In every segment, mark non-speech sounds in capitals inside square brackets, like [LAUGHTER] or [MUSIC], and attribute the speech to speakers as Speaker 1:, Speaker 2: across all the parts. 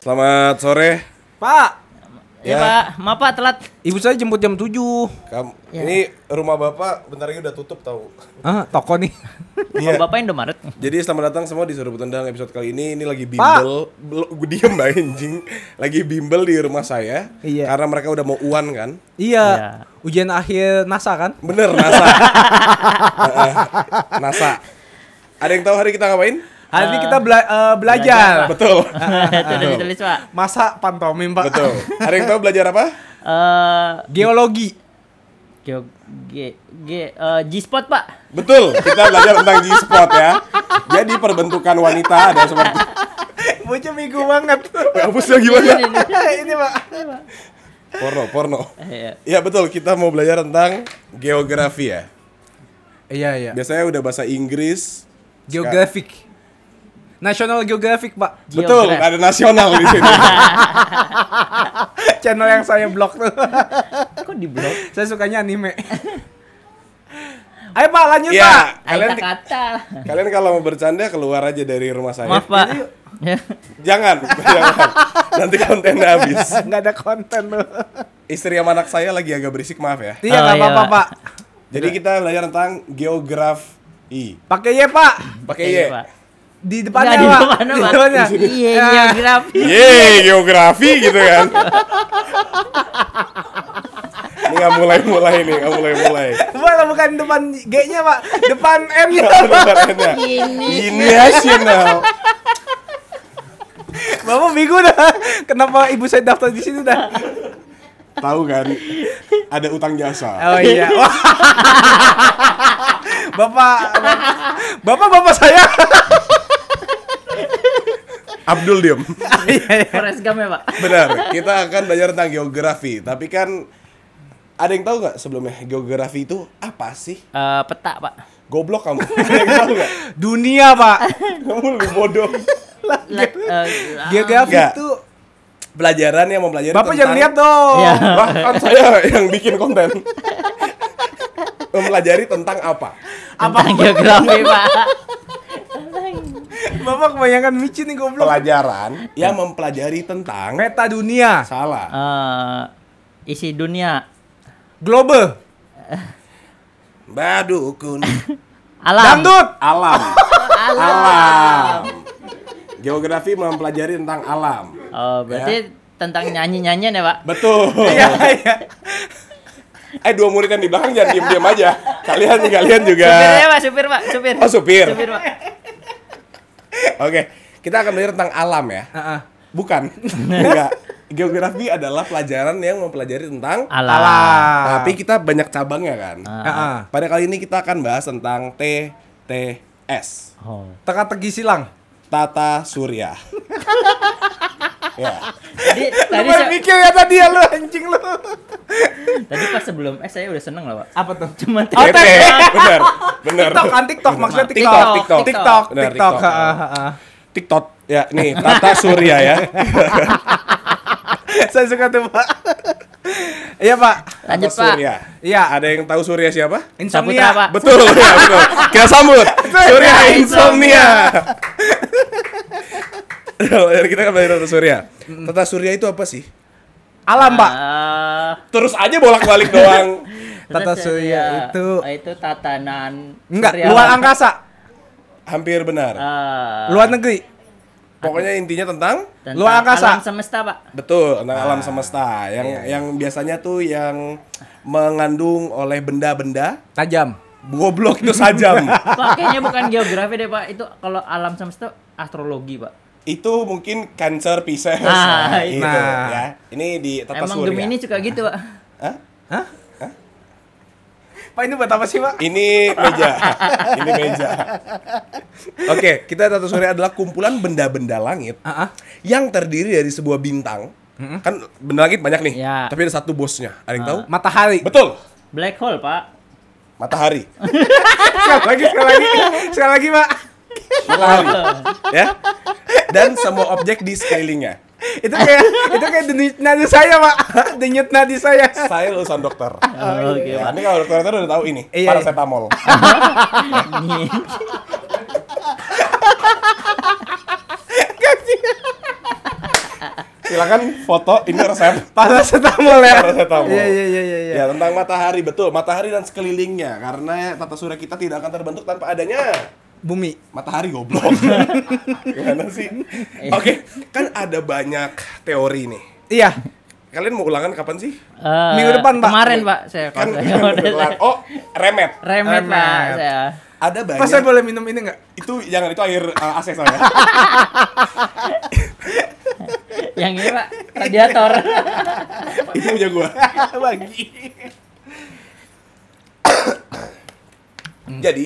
Speaker 1: Selamat sore.
Speaker 2: Pak,
Speaker 1: Ya.
Speaker 3: Ya, Pak, maaf Pak telat.
Speaker 2: ibu saya jemput jam 7.
Speaker 1: Kam-
Speaker 3: Ya.
Speaker 1: Ini rumah Bapak bentar lagi udah tutup tahu.
Speaker 2: Ah, toko nih. [LAUGHS]
Speaker 3: Iya. Bapak Indomaret.
Speaker 1: Jadi selamat datang semua di Suruh Tendang episode kali ini. Ini lagi bimbel, Bel- gue diem Mbak anjing. Lagi bimbel di rumah saya.
Speaker 2: Iya.
Speaker 1: Karena mereka udah mau uan kan.
Speaker 2: Iya.
Speaker 3: Iya.
Speaker 2: Ujian akhir NASA kan?
Speaker 1: Bener
Speaker 2: [LAUGHS]
Speaker 1: NASA. Heeh, NASA. Ada yang tahu hari kita ngapain?
Speaker 2: Hari ini kita bela- eh, belajar.
Speaker 3: Ah. belajar, Pak.
Speaker 1: Betul.
Speaker 3: Itu udah ditulis, Pak.
Speaker 2: Masa pantomim, Pak. [LAUGHS]
Speaker 1: Betul. Ada yang tahu belajar apa?
Speaker 3: Eh,
Speaker 2: Geologi.
Speaker 3: G G G eh, G-spot, Pak.
Speaker 1: Betul. Kita belajar tentang G-spot ya. Jadi perbentukan wanita ada seperti
Speaker 2: Eh, Bocah minggu banget. [LAUGHS] Ya,
Speaker 1: hapusnya gimana?
Speaker 2: ini, Pak.
Speaker 1: Porno, porno.
Speaker 3: [LAUGHS] Iya.
Speaker 1: Ya betul, kita mau belajar tentang geografi ya.
Speaker 2: Iya, iya.
Speaker 1: Biasanya udah bahasa Inggris.
Speaker 2: Geographic. National Geographic, Pak.
Speaker 3: Geograf.
Speaker 1: Betul, ada nasional di
Speaker 3: [LAUGHS]
Speaker 1: sini.
Speaker 2: Channel yang saya blok tuh.
Speaker 3: Kok di blok?
Speaker 2: [LAUGHS] saya sukanya anime. [LAUGHS] Ayo, Pak, lanjut, Pak.
Speaker 1: ya,
Speaker 3: Ayo
Speaker 1: kalian
Speaker 3: kata.
Speaker 1: kalian kalau mau bercanda keluar aja dari rumah saya.
Speaker 3: Maaf, Pak. [LAUGHS]
Speaker 1: Jangan, jangan. Nanti kontennya habis.
Speaker 2: Eh, Nggak ada konten lu.
Speaker 1: Istri sama anak saya lagi agak berisik, maaf ya.
Speaker 2: Iya,
Speaker 3: Oh,
Speaker 2: nggak
Speaker 3: iya,
Speaker 2: apa-apa,
Speaker 3: Pak.
Speaker 2: Pak.
Speaker 1: Jadi kita belajar tentang geografi.
Speaker 2: Pakai Y, Pak.
Speaker 1: Pakai
Speaker 3: Iya,
Speaker 1: ye.
Speaker 3: Pak.
Speaker 2: di depannya
Speaker 3: Nggak, di
Speaker 2: Pak.
Speaker 3: depannya, Pak.
Speaker 2: [LAUGHS]
Speaker 3: Iya,
Speaker 2: Ah,
Speaker 3: geografi.
Speaker 1: Ye, geografi gitu kan. Ini nggak mulai-mulai nih, nggak mulai-mulai.
Speaker 2: Bukan bukan depan G-nya Pak, depan M-nya.
Speaker 1: Perdebatannya. Ini nasional.
Speaker 2: Bapak bingung dah. Kenapa ibu saya daftar di situ dah?
Speaker 1: Tahu kan? Ada utang jasa.
Speaker 2: Oh iya. [LAUGHS] Wah. Bapak Bapak bapak saya.
Speaker 1: Abdul diem.
Speaker 3: Forest Gump ya, Pak.
Speaker 1: Benar. Kita akan belajar tentang geografi. Tapi kan ada yang tahu nggak sebelumnya geografi itu apa sih?
Speaker 3: Eh, peta, Pak.
Speaker 1: Goblok kamu. Ada yang tahu nggak?
Speaker 2: Dunia, Pak.
Speaker 1: Kamu lebih bodoh.
Speaker 3: Let- eh,
Speaker 2: Geografi
Speaker 1: Nggak.
Speaker 2: itu
Speaker 1: Pelajaran yang mempelajari
Speaker 2: Bapak
Speaker 1: tentang...
Speaker 2: jangan lihat dong.
Speaker 3: Iya.
Speaker 1: Lah, kan saya yang bikin konten. mempelajari tentang apa?
Speaker 3: tentang geografi, Pak.
Speaker 2: Bapak kebanyakan micin nih goblok.
Speaker 1: Pelajaran yang mempelajari tentang
Speaker 2: Peta dunia,
Speaker 1: salah.
Speaker 3: Eh, isi dunia.
Speaker 2: global,
Speaker 1: Badukun
Speaker 3: Alam.
Speaker 2: dangdut,
Speaker 1: alam. alam. Geografi mempelajari tentang alam.
Speaker 3: Oh, berarti tentang nyanyi-nyanyian ya, Pak.
Speaker 1: Betul.
Speaker 2: iya iya.
Speaker 1: Eh dua murid yang di belakang jangan diem-diem aja. Kalian kalian juga.
Speaker 3: Supirnya, Pak, supir, Pak, supir.
Speaker 1: Ya. Oh, supir.
Speaker 3: Supir, Pak.
Speaker 1: Oke, kita akan belajar tentang alam ya.
Speaker 2: Heeh.
Speaker 1: Bukan. Enggak. Geografi adalah pelajaran yang mempelajari tentang
Speaker 3: Alam.
Speaker 2: Alah.
Speaker 1: tapi kita banyak cabangnya kan.
Speaker 3: Eh,
Speaker 2: Heeh.
Speaker 1: Pada kali ini kita akan bahas tentang TTS.
Speaker 3: Oh.
Speaker 2: Teka-teki silang.
Speaker 1: Tata Surya. ya.
Speaker 3: Jadi
Speaker 2: Lu
Speaker 3: tadi
Speaker 2: baru
Speaker 3: saya-
Speaker 2: mikir ya tadi ya lu anjing lu.
Speaker 3: Tadi pas sebelum eh saya udah seneng lah pak.
Speaker 2: Apa tuh?
Speaker 3: Cuma
Speaker 2: Oh,
Speaker 1: TT.
Speaker 2: TT.
Speaker 1: Bener. Bener.
Speaker 2: TikTok kan TikTok maksudnya TikTok.
Speaker 1: TikTok, TikTok.
Speaker 2: TikTok, TikTok,
Speaker 1: Benar,
Speaker 2: TikTok.
Speaker 1: TikTok.
Speaker 2: Ah, ah, ah.
Speaker 1: TikTok. Ya, nih Tata Surya ya.
Speaker 2: Saya suka tuh pak. Iya pak.
Speaker 3: Lanjut
Speaker 1: Tata
Speaker 3: pak.
Speaker 1: Surya.
Speaker 2: Iya.
Speaker 1: Ada yang tahu Surya siapa?
Speaker 3: Saputra
Speaker 2: Insomnia.
Speaker 3: pak.
Speaker 1: Betul, [LAUGHS] ya betul. Kita sambut Surya Insomnia. kita akan belajar tentang Surya. Tata Surya itu apa sih?
Speaker 2: Alam pak.
Speaker 3: Eh,
Speaker 1: Terus aja bolak-balik doang.
Speaker 2: Tata
Speaker 3: terus
Speaker 2: surya itu
Speaker 3: eh, itu tatanan
Speaker 2: enggak
Speaker 3: surya,
Speaker 2: luar
Speaker 3: Pak.
Speaker 2: angkasa,
Speaker 1: Hampir benar.
Speaker 3: Eh,
Speaker 2: luar negeri.
Speaker 1: Pokoknya intinya tentang
Speaker 3: tentang
Speaker 2: luar angkasa.
Speaker 3: alam semesta pak.
Speaker 1: betul tentang alam semesta yang yang biasanya tuh yang mengandung oleh benda-benda
Speaker 2: Tajam.
Speaker 1: goblok itu sajam.
Speaker 3: Pak kayaknya bukan geografi deh pak. Itu kalau alam semesta astrologi pak.
Speaker 1: itu mungkin cancer Pisces.
Speaker 3: Nah,
Speaker 1: itu
Speaker 2: nah.
Speaker 1: ya. Ini di Tata
Speaker 3: Emang
Speaker 1: Surya.
Speaker 3: Gemini suka gitu pak.
Speaker 1: Hah?
Speaker 2: Hah? Pak ini buat apa sih pak?
Speaker 1: Ini
Speaker 3: [LAUGHS]
Speaker 1: meja. Ini meja. Oke, kita Tata Surya adalah kumpulan benda-benda langit
Speaker 2: Ah, ah.
Speaker 1: yang terdiri dari sebuah bintang. Kan benda langit banyak nih,
Speaker 3: Ya. Ah.
Speaker 1: tapi ada satu bosnya. Ada yang tahu?
Speaker 2: Matahari.
Speaker 1: Betul.
Speaker 3: Black hole pak.
Speaker 1: Matahari.
Speaker 2: Sekali lagi, sekali lagi, sekali lagi pak.
Speaker 1: Matahari. ya. Dan semua objek di sekelilingnya.
Speaker 2: Itu kayak, itu kayak denyut nadi saya pak, denyut nadi saya.
Speaker 1: Saya lulusan dokter.
Speaker 2: Ah,
Speaker 3: Oh, Oke
Speaker 1: Ya,
Speaker 3: pak.
Speaker 1: ini kalau dokter-dokter udah tahu ini,
Speaker 2: Iya, iya.
Speaker 1: paracetamol. silakan foto ini resep
Speaker 2: Paracetamol ya.
Speaker 1: Paracetamol.
Speaker 2: Iya iya iya iya.
Speaker 1: ya tentang matahari betul matahari dan sekelilingnya karena tata surya kita tidak akan terbentuk tanpa adanya
Speaker 2: Bumi.
Speaker 1: matahari
Speaker 2: [LAUGHS]
Speaker 1: goblok gimana sih oke kan ada banyak teori nih
Speaker 2: Iya.
Speaker 1: kalian mau ulangan kapan sih
Speaker 3: Eh,
Speaker 2: Minggu depan, Pak.
Speaker 3: Kemarin pak saya
Speaker 1: kan [LAUGHS]
Speaker 3: kalau saya udah
Speaker 2: [LAUGHS]
Speaker 3: saya-
Speaker 1: oh remet
Speaker 3: [LAUGHS] remet pak
Speaker 2: Remet.
Speaker 3: saya.
Speaker 1: ada
Speaker 2: Pas saya
Speaker 1: banyak
Speaker 2: boleh minum ini enggak?
Speaker 1: itu jangan itu akhir uh, AC saya
Speaker 3: Yang ini pak radiator. [LAUGHS]
Speaker 1: itu punya gua
Speaker 2: [LAUGHS]
Speaker 1: bagi jadi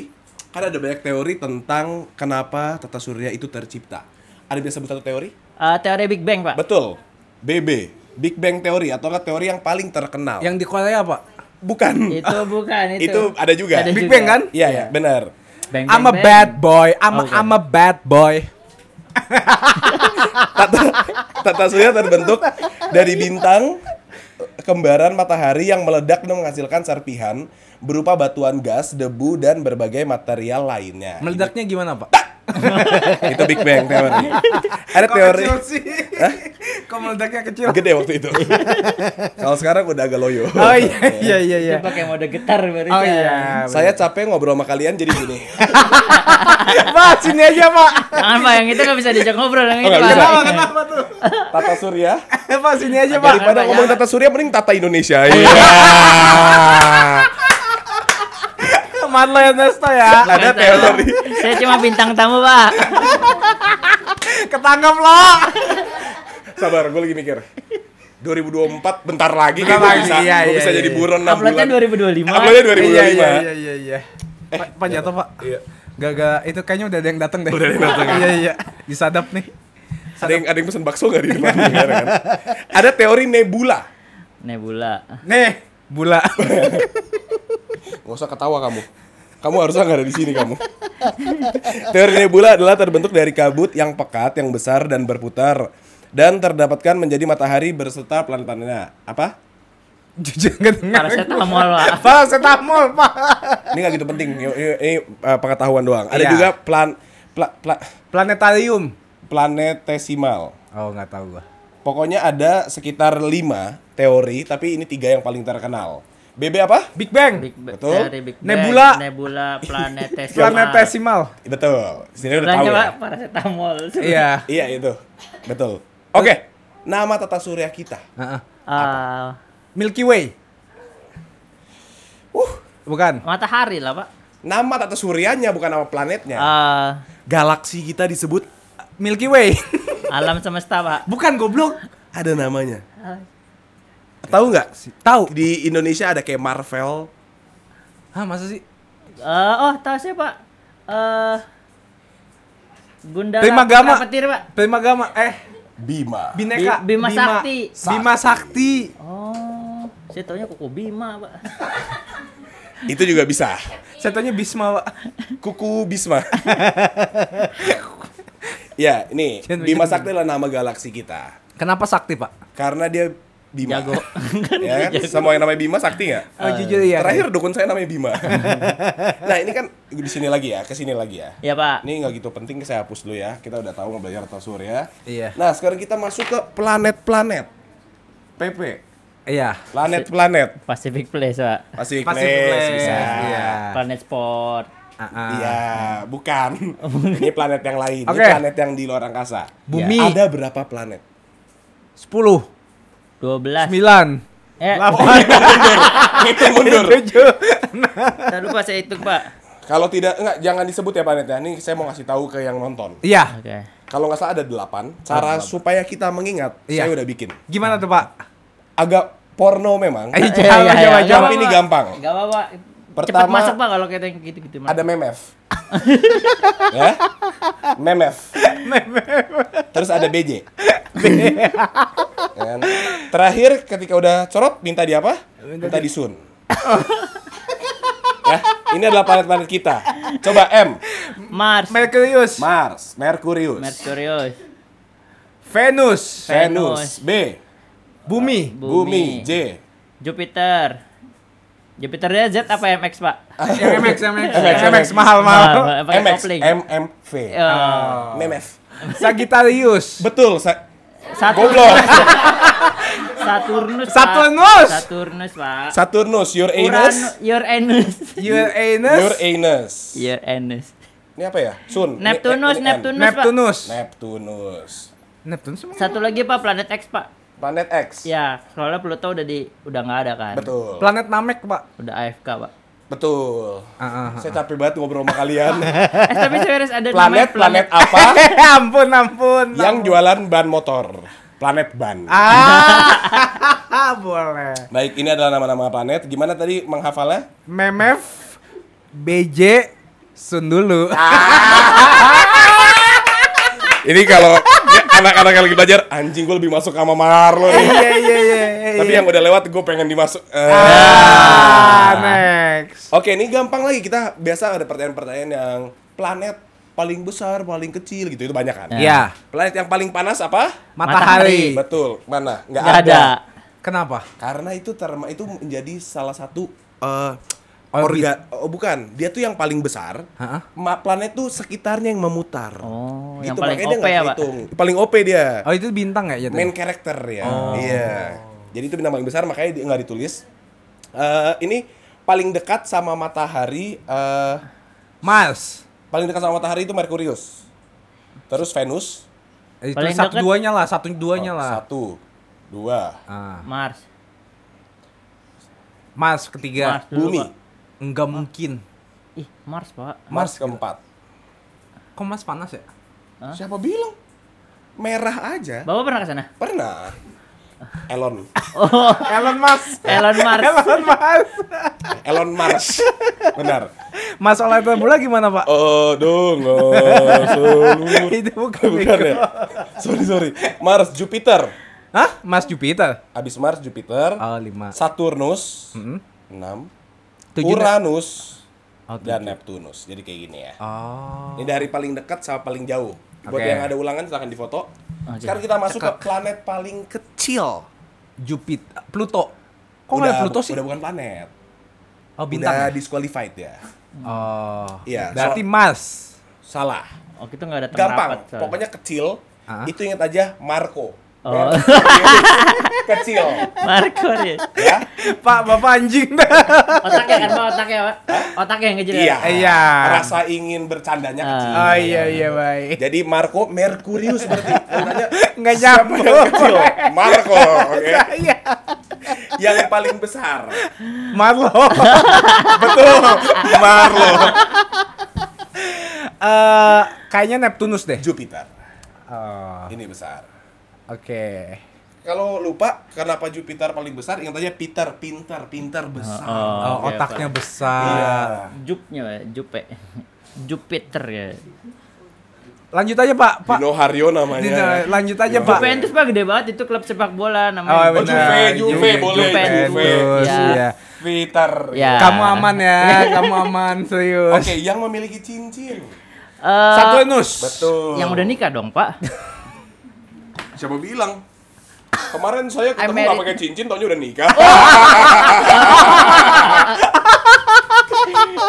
Speaker 1: kan ada banyak teori tentang kenapa tata surya itu tercipta ada bisa sebut satu teori
Speaker 3: Eh, teori Big Bang pak.
Speaker 1: betul BB Big Bang teori atau nggak teori yang paling terkenal
Speaker 2: Yang di Korea apa?
Speaker 1: bukan
Speaker 3: Itu bukan itu.
Speaker 1: [LAUGHS] Itu ada juga.
Speaker 2: Big Bang kan?
Speaker 1: iya ya benar
Speaker 3: Bang,
Speaker 2: I'm a
Speaker 3: bang,
Speaker 2: bad boy. I'm
Speaker 3: Oh,
Speaker 2: I'm a bad boy.
Speaker 1: Tata surya terbentuk dari bintang kembaran matahari yang meledak dan menghasilkan serpihan berupa batuan gas, debu dan berbagai material lainnya.
Speaker 2: Meledaknya gimana, Pak?
Speaker 1: Itu Big Bang teori. Ada
Speaker 2: Kok
Speaker 1: teori
Speaker 2: kecil sih? Kok meledaknya kecil?
Speaker 1: gede waktu itu. Kalau sekarang udah agak loyo.
Speaker 2: Oh iya iya iya iya.
Speaker 3: Itu pakai mode getar baru. kan.
Speaker 2: Oh
Speaker 3: saya.
Speaker 2: iya.
Speaker 1: Saya capek ngobrol sama kalian jadi gini.
Speaker 3: Iya.
Speaker 2: [LAUGHS] Pak, sini aja, Pak.
Speaker 3: Jangan pak yang itu nggak bisa diajak ngobrol
Speaker 1: Oh,
Speaker 3: yang itu
Speaker 1: nggak
Speaker 3: pak.
Speaker 1: bisa.
Speaker 2: Kenapa kenapa tuh?
Speaker 1: Tata surya
Speaker 2: [LAUGHS] Pak, sini aja, Pak.
Speaker 1: daripada
Speaker 3: Pak,
Speaker 1: ngomong
Speaker 3: jangan.
Speaker 1: tata surya mending tata Indonesia. Iya.
Speaker 2: [LAUGHS] Manlo ya Nesto ya.
Speaker 1: Ada teori.
Speaker 3: Saya cuma bintang tamu pak.
Speaker 2: Ketangkep lo.
Speaker 1: Sabar, gue lagi mikir. 2024 bentar lagi kan gue
Speaker 2: Bentar lagi,
Speaker 1: bisa,
Speaker 2: iya,
Speaker 1: gua
Speaker 2: iya,
Speaker 1: bisa
Speaker 2: iya.
Speaker 1: jadi buron 6
Speaker 3: Uploadnya
Speaker 1: bulan.
Speaker 3: 2025.
Speaker 1: Uploadnya 2025.
Speaker 2: Iya iya iya iya iya. Pak, Pak jatuh, Pak.
Speaker 1: Iya.
Speaker 2: Gagal itu kayaknya udah ada yang datang deh.
Speaker 1: Udah ada yang datang.
Speaker 2: iya iya. Disadap nih.
Speaker 1: Ada yang ada yang pesan bakso nggak di depan? Nggak ada kan? Ada teori nebula.
Speaker 3: Nebula.
Speaker 2: Nih, bula. [LAUGHS]
Speaker 1: Nggak usah ketawa kamu. Kamu harusnya nggak ada di sini kamu. Teori nebula adalah terbentuk dari kabut yang pekat, yang besar dan berputar dan terdapatkan menjadi matahari berserta planet-planetnya. Apa?
Speaker 2: Jujur enggak dengar.
Speaker 3: Paracetamol pak.
Speaker 2: Paracetamol, Pak.
Speaker 1: Ini nggak gitu penting. Ini, ini- ini, uh, pengetahuan doang. Ada
Speaker 2: Iya.
Speaker 1: juga plan, pla, pla,
Speaker 2: Planetarium.
Speaker 1: planetesimal.
Speaker 2: Oh, nggak tahu gua.
Speaker 1: Pokoknya ada sekitar 5 teori, tapi ini tiga yang paling terkenal. BB apa?
Speaker 2: Big Bang.
Speaker 3: Big Bang.
Speaker 1: Betul.
Speaker 3: Teori Big Bang,
Speaker 2: Nebula.
Speaker 3: Nebula planetesimal.
Speaker 2: Planetesimal.
Speaker 1: Betul. Sini udah tahu
Speaker 3: Bilangnya pak
Speaker 1: ya.
Speaker 3: paracetamol.
Speaker 2: Iya.
Speaker 1: Iya itu. Betul. Oke. Nama tata surya kita.
Speaker 2: Heeh.
Speaker 3: Eh,
Speaker 2: Milky Way.
Speaker 1: Uh,
Speaker 2: Bukan.
Speaker 3: matahari lah pak.
Speaker 1: nama tata suryanya bukan nama planetnya.
Speaker 3: Eh,
Speaker 1: Galaksi kita disebut
Speaker 2: Milky Way. [LAUGHS]
Speaker 3: alam semesta pak.
Speaker 2: Bukan goblok.
Speaker 1: ada namanya. Tahu nggak?
Speaker 2: Tahu.
Speaker 1: Di Indonesia ada kayak Marvel.
Speaker 2: Hah, masa sih?
Speaker 3: Eh, oh, tahu saya Pak. Eh Gundala
Speaker 2: Prima Gama.
Speaker 3: Putra Petir, Pak.
Speaker 2: Prima Gama eh
Speaker 1: Bima.
Speaker 2: Bineka
Speaker 3: Bi- Bima Sakti.
Speaker 2: Bima Sakti.
Speaker 3: Oh, saya taunya Kuku Bima, Pak.
Speaker 1: Itu juga bisa.
Speaker 2: Contohnya Bisma, Pak.
Speaker 1: Kuku Bisma. ya, ini
Speaker 2: Jangan
Speaker 1: Bima
Speaker 2: bikin-
Speaker 1: Sakti adalah nama galaksi kita.
Speaker 2: Kenapa Sakti, Pak?
Speaker 1: Karena dia Bima.
Speaker 3: Jago.
Speaker 1: [LAUGHS] ya kan? Semua yang namanya Bima Sakti nggak?
Speaker 3: Eh,
Speaker 2: Oh, jujur ya.
Speaker 3: iya.
Speaker 1: Terakhir dukun saya namanya Bima. nah ini kan di sini lagi ya, ke sini lagi ya.
Speaker 3: Ya, Pak.
Speaker 1: Ini nggak gitu penting, saya hapus dulu ya. Kita udah tahu belajar tata surya.
Speaker 2: Iya.
Speaker 1: Nah sekarang kita masuk ke planet-planet. PP.
Speaker 2: Iya.
Speaker 1: Planet-planet.
Speaker 3: Pacific Place, Pak.
Speaker 1: Pacific,
Speaker 2: Pacific
Speaker 1: Place,
Speaker 2: Place,
Speaker 1: bisa.
Speaker 2: iya.
Speaker 1: Ah.
Speaker 3: Planet Sport.
Speaker 2: Ah, ah.
Speaker 1: Iya,
Speaker 2: [LAUGHS]
Speaker 1: bukan. ini planet yang lain.
Speaker 2: Oke.
Speaker 1: Ini planet yang di luar angkasa.
Speaker 2: Bumi.
Speaker 1: Ya, Ada berapa planet? [LAUGHS]
Speaker 2: 10,
Speaker 3: 12.
Speaker 2: 9,
Speaker 3: Eh,
Speaker 2: 8,
Speaker 1: Hitung
Speaker 2: [LAUGHS]
Speaker 1: mundur.
Speaker 2: 7.
Speaker 3: tak lupa saya hitung, Pak.
Speaker 1: Kalau tidak, enggak, jangan disebut ya planetnya. Ini saya mau ngasih tahu ke yang nonton.
Speaker 2: Iya.
Speaker 3: Oke.
Speaker 1: Kalau nggak salah ada delapan. Cara supaya kita mengingat,
Speaker 2: Iya.
Speaker 1: saya udah bikin.
Speaker 2: Gimana tuh, Pak?
Speaker 1: agak porno memang.
Speaker 2: [LAUGHS] Ayo
Speaker 3: iya,
Speaker 2: jawab,
Speaker 3: iya,
Speaker 2: jawab,
Speaker 3: iya.
Speaker 2: jawab.
Speaker 1: Tapi ini gampang.
Speaker 3: Gak apa-apa. Cepat
Speaker 1: Pertama-
Speaker 3: masuk, Pak, kalau kita yang gitu-gitu. Mas.
Speaker 1: Ada memef. [LAUGHS] ya? Memef. Terus ada [LAUGHS] BJ. Kan? Terakhir ketika udah corot minta di apa? Minta di Oh. sun. [LAUGHS] ya, ini adalah planet-planet kita. Coba M,
Speaker 3: Mars,
Speaker 2: Merkurius,
Speaker 1: Mars, Merkurius,
Speaker 3: Merkurius,
Speaker 2: Venus,
Speaker 3: Eh.
Speaker 1: Venus, B,
Speaker 2: Bumi,
Speaker 1: Bumi, J,
Speaker 3: Jupiter. Jupiternya Z apa MX, Pak?
Speaker 1: Ah,
Speaker 2: yang MX, yang MX,
Speaker 1: MX,
Speaker 2: yang MX mahal mahal.
Speaker 3: Mahal, pakai
Speaker 1: MX,
Speaker 3: kopling.
Speaker 1: MMV,
Speaker 3: Eh,
Speaker 1: Ah, Memef.
Speaker 2: Sagittarius,
Speaker 1: Betul, Sa-
Speaker 3: Saturnus.
Speaker 1: Goblok. [LAUGHS]
Speaker 3: Saturnus. Pak.
Speaker 2: Saturnus.
Speaker 3: Saturnus, Pak.
Speaker 1: Saturnus, your anus,
Speaker 3: Uranus. Your anus.
Speaker 2: Your
Speaker 1: your
Speaker 2: anus.
Speaker 1: anus.
Speaker 3: Your anus.
Speaker 1: Ini apa ya? Sun. Ini-
Speaker 3: Neptunus,
Speaker 1: ini N.
Speaker 3: Neptunus, Pak.
Speaker 2: Neptunus.
Speaker 1: Neptunus.
Speaker 2: Neptunus emang gitu?
Speaker 3: Satu lagi Pak planet X, Pak.
Speaker 1: Planet X.
Speaker 3: Ya, soalnya Pluto udah di udah nggak ada kan.
Speaker 1: Betul.
Speaker 2: planet Namek, Pak.
Speaker 3: Udah AFK, Pak.
Speaker 1: Betul.
Speaker 2: Ah, ah, ah.
Speaker 1: Saya capek banget ngobrol sama kalian.
Speaker 3: Eh, tapi serius ada namanya
Speaker 1: planet planet
Speaker 2: [LAUGHS]
Speaker 1: apa
Speaker 2: Ya ampun, ampun.
Speaker 1: yang jualan ban motor? Planet ban.
Speaker 2: Ah, boleh.
Speaker 1: Baik, ini adalah nama-nama planet. Gimana tadi menghafalnya?
Speaker 2: Memef BJ Sun [LAUGHS] dulu.
Speaker 1: Ini kalau ya, [LAUGHS] anak-anak yang lagi belajar, anjing gue lebih masuk sama Marlo
Speaker 2: [LAUGHS]
Speaker 1: nih.
Speaker 2: Iya, iya, iya.
Speaker 1: Tapi yang udah lewat gue pengen dimasuk. eh.
Speaker 2: Ah, next.
Speaker 1: Oke, ini gampang lagi. Kita biasa ada pertanyaan-pertanyaan yang planet paling besar, paling kecil gitu. Itu banyak kan?
Speaker 2: Ya,
Speaker 1: Planet yang paling panas apa?
Speaker 2: matahari.
Speaker 1: Betul. Mana? Nggak
Speaker 3: Iya. Nggak ada.
Speaker 2: Kenapa?
Speaker 1: Karena itu terma itu menjadi salah satu eh,
Speaker 2: Orbit.
Speaker 1: orga oh, bukan, dia tuh yang paling besar.
Speaker 2: Hah?
Speaker 1: Ma- planet tuh sekitarnya yang memutar.
Speaker 3: Oh,
Speaker 1: Gitu,
Speaker 3: yang paling
Speaker 1: makanya dia
Speaker 3: OP
Speaker 1: nggak
Speaker 3: ya, Pak.
Speaker 1: terhitung. Paling OP dia.
Speaker 2: Oh, itu bintang ya jatuhnya?
Speaker 1: Main karakter ya.
Speaker 3: Oh.
Speaker 1: Iya. Jadi itu bintang paling besar makanya dia nggak ditulis. Eh, ini paling dekat sama matahari eh
Speaker 2: Mars.
Speaker 1: paling dekat sama matahari itu Merkurius. Terus Venus
Speaker 2: Itu
Speaker 3: Paling
Speaker 2: satu
Speaker 3: dekat-
Speaker 2: duanya lah, satu duanya lah.
Speaker 1: Oh, satu, dua,
Speaker 2: Ah.
Speaker 3: Mars.
Speaker 2: Mars ketiga.
Speaker 3: Mars dulu,
Speaker 1: bumi,
Speaker 3: Pak.
Speaker 2: Enggak mungkin.
Speaker 3: Ih, Mars, Pak.
Speaker 1: Mars keempat.
Speaker 2: Kok Mars panas ya?
Speaker 1: Siapa bilang? Merah aja.
Speaker 3: Bapak pernah ke sana?
Speaker 1: Pernah. Elon.
Speaker 2: Elon Musk.
Speaker 3: Elon Mars.
Speaker 2: Elon Musk.
Speaker 1: Elon Mars. Benar.
Speaker 2: Masalah itu bola gimana, Pak?
Speaker 1: Oh, dong. oh, [LAUGHS] seluruh-
Speaker 2: itu iya. bukan,
Speaker 1: Bukan
Speaker 2: Beko.
Speaker 1: ya? Sorry, sorry. Mars, Jupiter.
Speaker 2: Hah? Mas Jupiter.
Speaker 1: Abis Mars, Jupiter.
Speaker 2: Oh, lima.
Speaker 1: Saturnus.
Speaker 2: Mm-mm.
Speaker 1: 6.
Speaker 2: Hmm. Tujuh,
Speaker 1: Uranus.
Speaker 2: Oh,
Speaker 1: dan Neptunus. Jadi kayak gini ya.
Speaker 2: Oh.
Speaker 1: Ini dari paling dekat sama paling jauh. Buat
Speaker 2: Oke.
Speaker 1: yang ada ulangan silahkan difoto. Sekarang kita masuk ke planet paling kecil.
Speaker 2: Jupiter. Pluto. Kok nggak ada Pluto sih?
Speaker 1: Udah bukan planet.
Speaker 2: oh,
Speaker 1: udah
Speaker 2: bintang. ya?
Speaker 1: disqualified ya.
Speaker 2: Oh.
Speaker 1: Iya,
Speaker 2: Berarti
Speaker 1: so-
Speaker 2: Mars.
Speaker 1: Salah.
Speaker 3: Oh, kita nggak ada teman
Speaker 1: Gampang.
Speaker 3: rapat, soalnya.
Speaker 1: Pokoknya kecil.
Speaker 2: Ah.
Speaker 1: Itu ingat aja Marco. Ya.
Speaker 3: [LAUGHS] Oh.
Speaker 1: kecil.
Speaker 3: Marco ya.
Speaker 1: Ya.
Speaker 2: Pak, Bapak anjing dah.
Speaker 3: Otaknya kan, Pak, otaknya, Pak. Otaknya yang kecil. ya?
Speaker 1: Iya.
Speaker 2: Iya.
Speaker 1: Rasa ingin bercandanya
Speaker 3: Ah. Eh.
Speaker 1: kecil.
Speaker 2: Oh iya iya baik.
Speaker 1: Jadi Marco Merkurius berarti. Tanya
Speaker 2: Nggak
Speaker 1: siapa
Speaker 2: nyambung.
Speaker 1: yang kecil? Marco, oke.
Speaker 2: [LAUGHS] Iya.
Speaker 1: Yang paling besar.
Speaker 2: [LAUGHS] Marlo.
Speaker 1: Betul. Marlo.
Speaker 2: Eh, kayaknya Neptunus deh.
Speaker 1: Jupiter.
Speaker 2: Oh,
Speaker 1: Ini besar.
Speaker 2: Oke.
Speaker 1: Kalau lupa kenapa Jupiter paling besar, ingat aja Peter, pintar, pintar besar.
Speaker 2: Oh,
Speaker 3: Oh, oke,
Speaker 2: otaknya
Speaker 1: Iya.
Speaker 2: besar.
Speaker 3: Jupnya, Pak. Jupe. Jupiter ya.
Speaker 2: Lanjut aja Pak. Pak.
Speaker 1: Dino Haryo namanya.
Speaker 2: Dino, lanjut aja,
Speaker 1: Dino
Speaker 2: Pak.
Speaker 1: Haryo.
Speaker 3: Juventus, Pak, gede banget itu klub sepak bola
Speaker 2: Oh,
Speaker 3: namanya.
Speaker 1: Oh, Juve,
Speaker 2: Benar,
Speaker 1: Juve
Speaker 2: Juve,
Speaker 1: boleh. Juve.
Speaker 2: Juventus,
Speaker 3: Ya.
Speaker 2: iya.
Speaker 1: Peter.
Speaker 3: Ya.
Speaker 2: Kamu aman ya, kamu aman
Speaker 1: Oke,
Speaker 2: serius.
Speaker 1: yang memiliki cincin.
Speaker 3: Eh,
Speaker 2: Saturnus.
Speaker 1: Betul.
Speaker 3: yang udah nikah dong,
Speaker 1: [LAUGHS]
Speaker 3: Pak.
Speaker 1: Siapa bilang? Kemarin saya
Speaker 3: I'm
Speaker 1: ketemu
Speaker 3: married.
Speaker 1: nggak pakai cincin, taunya udah nikah.
Speaker 2: Pak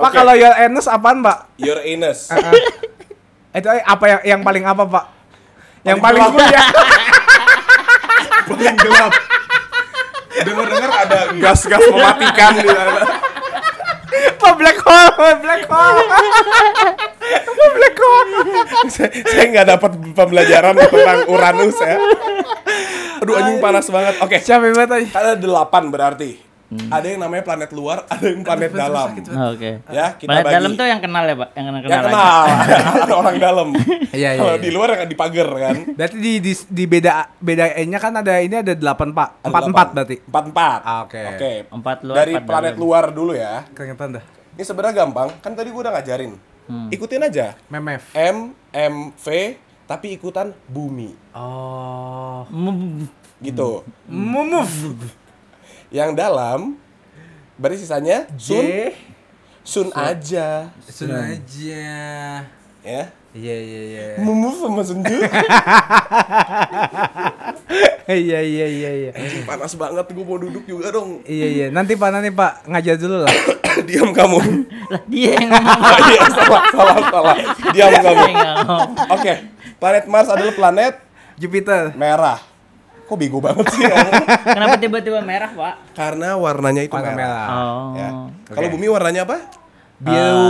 Speaker 1: Oke.
Speaker 2: kalau your anus apaan, [LAUGHS] Pak?
Speaker 1: Your anus.
Speaker 2: Itu eh, apa yang yang paling apa, Pak? Yang paling
Speaker 1: Paling
Speaker 2: [LAUGHS] kuliah.
Speaker 1: Paling gelap. Dengar-dengar ada gas-gas mematikan di sana.
Speaker 2: Apa black hole? Black [LAUGHS] hole. Apa black hole?
Speaker 1: saya saya nggak dapat pembelajaran tentang Uranus ya. Aduh anjing panas banget. Oke,
Speaker 2: Capek banget aja.
Speaker 1: ada delapan berarti. Ada yang namanya planet luar, ada yang planet dalam.
Speaker 3: Oke.
Speaker 1: Ya, kita
Speaker 3: Planet
Speaker 1: bagi.
Speaker 3: dalam tuh yang kenal ya, Pak. Yang kenal.
Speaker 1: Yang
Speaker 3: aja.
Speaker 1: kenal, ada orang dalam.
Speaker 2: Iya, iya,
Speaker 1: Kalau
Speaker 2: iya.
Speaker 1: di luar yang di pagar kan.
Speaker 2: Berarti di di, di beda bedainnya kan ada ini ada 8, Pak.
Speaker 1: Ada
Speaker 2: 4 4
Speaker 1: delapan.
Speaker 2: berarti.
Speaker 1: Empat empat.
Speaker 2: Ah, oke.
Speaker 1: Oke.
Speaker 3: Empat luar,
Speaker 1: Dari
Speaker 3: empat
Speaker 1: planet
Speaker 3: dalam.
Speaker 1: luar dulu ya.
Speaker 2: Keringetan dah.
Speaker 1: Ini sebenarnya gampang. Kan tadi gua udah ngajarin. Ikutin aja.
Speaker 2: Memef.
Speaker 1: M M V tapi ikutan bumi
Speaker 2: Oh.
Speaker 3: Mm,
Speaker 1: gitu.
Speaker 2: Mumuf.
Speaker 1: Yang dalam berarti sisanya sun
Speaker 2: J.
Speaker 1: sun aja.
Speaker 2: Sun aja.
Speaker 1: Ya.
Speaker 2: Iya iya iya.
Speaker 1: Mumuf sama sendu.
Speaker 2: Iya iya iya iya.
Speaker 1: Anjing, Panas banget gue mau duduk juga dong. [CLEARS THROAT]
Speaker 2: Iya iya. Nanti Pak nanti Pak ngajar dulu lah.
Speaker 1: Diam kamu. [LAUGHS]
Speaker 3: lah dia yang ngomong.
Speaker 1: Ah, iya, salah, salah, salah. Diam
Speaker 3: Saya
Speaker 1: kamu.
Speaker 3: oh. nggak ngomong.
Speaker 1: Oke, Planet Mars adalah planet
Speaker 2: Jupiter.
Speaker 1: merah. Kok bego banget sih kamu?
Speaker 3: [LAUGHS] Kenapa tiba-tiba merah, Pak?
Speaker 1: Karena warnanya itu
Speaker 2: Warna
Speaker 1: merah.
Speaker 2: merah.
Speaker 3: Oh.
Speaker 1: Ya. Kalau bumi warnanya apa?
Speaker 2: Ah. Biru.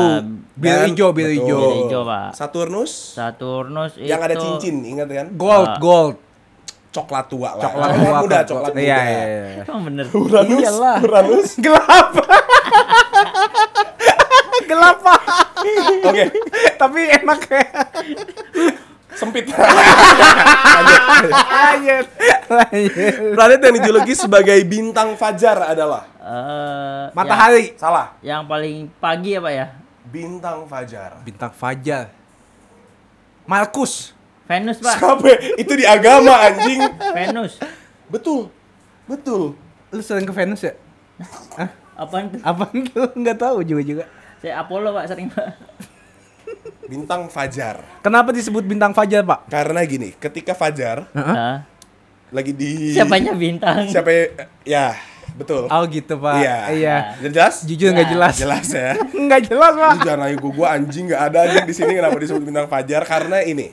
Speaker 2: biru
Speaker 1: Dan-
Speaker 2: hijau, Kan? biru
Speaker 1: Betul.
Speaker 2: hijau.
Speaker 3: Biru hijau, Pak.
Speaker 1: Saturnus
Speaker 3: Saturnus itu
Speaker 1: yang ada cincin, ingat kan?
Speaker 2: Gold, gold.
Speaker 1: Coklat tua lah.
Speaker 2: Ah. Coklat
Speaker 1: Coklat
Speaker 2: tua.
Speaker 1: muda,
Speaker 2: kan?
Speaker 1: coklat muda.
Speaker 2: Iya, iya, iya.
Speaker 3: Emang bener.
Speaker 1: Uranus,
Speaker 3: Iyalah. [LAUGHS]
Speaker 1: Uranus.
Speaker 2: Gelap. [LAUGHS] Gelap, Pak.
Speaker 1: Oke,
Speaker 2: Tapi enak ya.
Speaker 1: sempit. [LAUGHS]
Speaker 2: Lanjut. Lanjut.
Speaker 1: Planet yang dijuluki sebagai bintang fajar adalah
Speaker 3: Eh,
Speaker 2: Matahari.
Speaker 1: salah.
Speaker 3: Yang, yang paling pagi ya, Pak ya?
Speaker 1: Bintang fajar.
Speaker 2: Bintang Fajar. Markus.
Speaker 3: Venus, Pak.
Speaker 1: [LAUGHS] Sampai itu di agama anjing.
Speaker 3: Venus.
Speaker 1: Betul. Betul.
Speaker 2: Lu sering ke Venus ya?
Speaker 3: Apaan tuh?
Speaker 2: Apa [LAUGHS] lu nggak tahu juga juga.
Speaker 3: Saya Apollo, Pak, sering, Pak.
Speaker 1: Bintang fajar.
Speaker 2: Kenapa disebut bintang Fajar, Pak?
Speaker 1: Karena gini, ketika fajar
Speaker 3: Hah?
Speaker 1: lagi di
Speaker 3: Siapanya bintang?
Speaker 1: Iya. Siapa ya, betul.
Speaker 2: Oh gitu, Pak.
Speaker 1: Iya.
Speaker 2: Iya.
Speaker 1: Jelas?
Speaker 2: Jujur nggak
Speaker 3: Ya.
Speaker 2: jelas.
Speaker 1: Jelas ya.
Speaker 2: [LAUGHS] Nggak jelas, Pak.
Speaker 1: Lu jangan nanya gue, gue anjing nggak ada anjing di sini kenapa disebut bintang fajar karena ini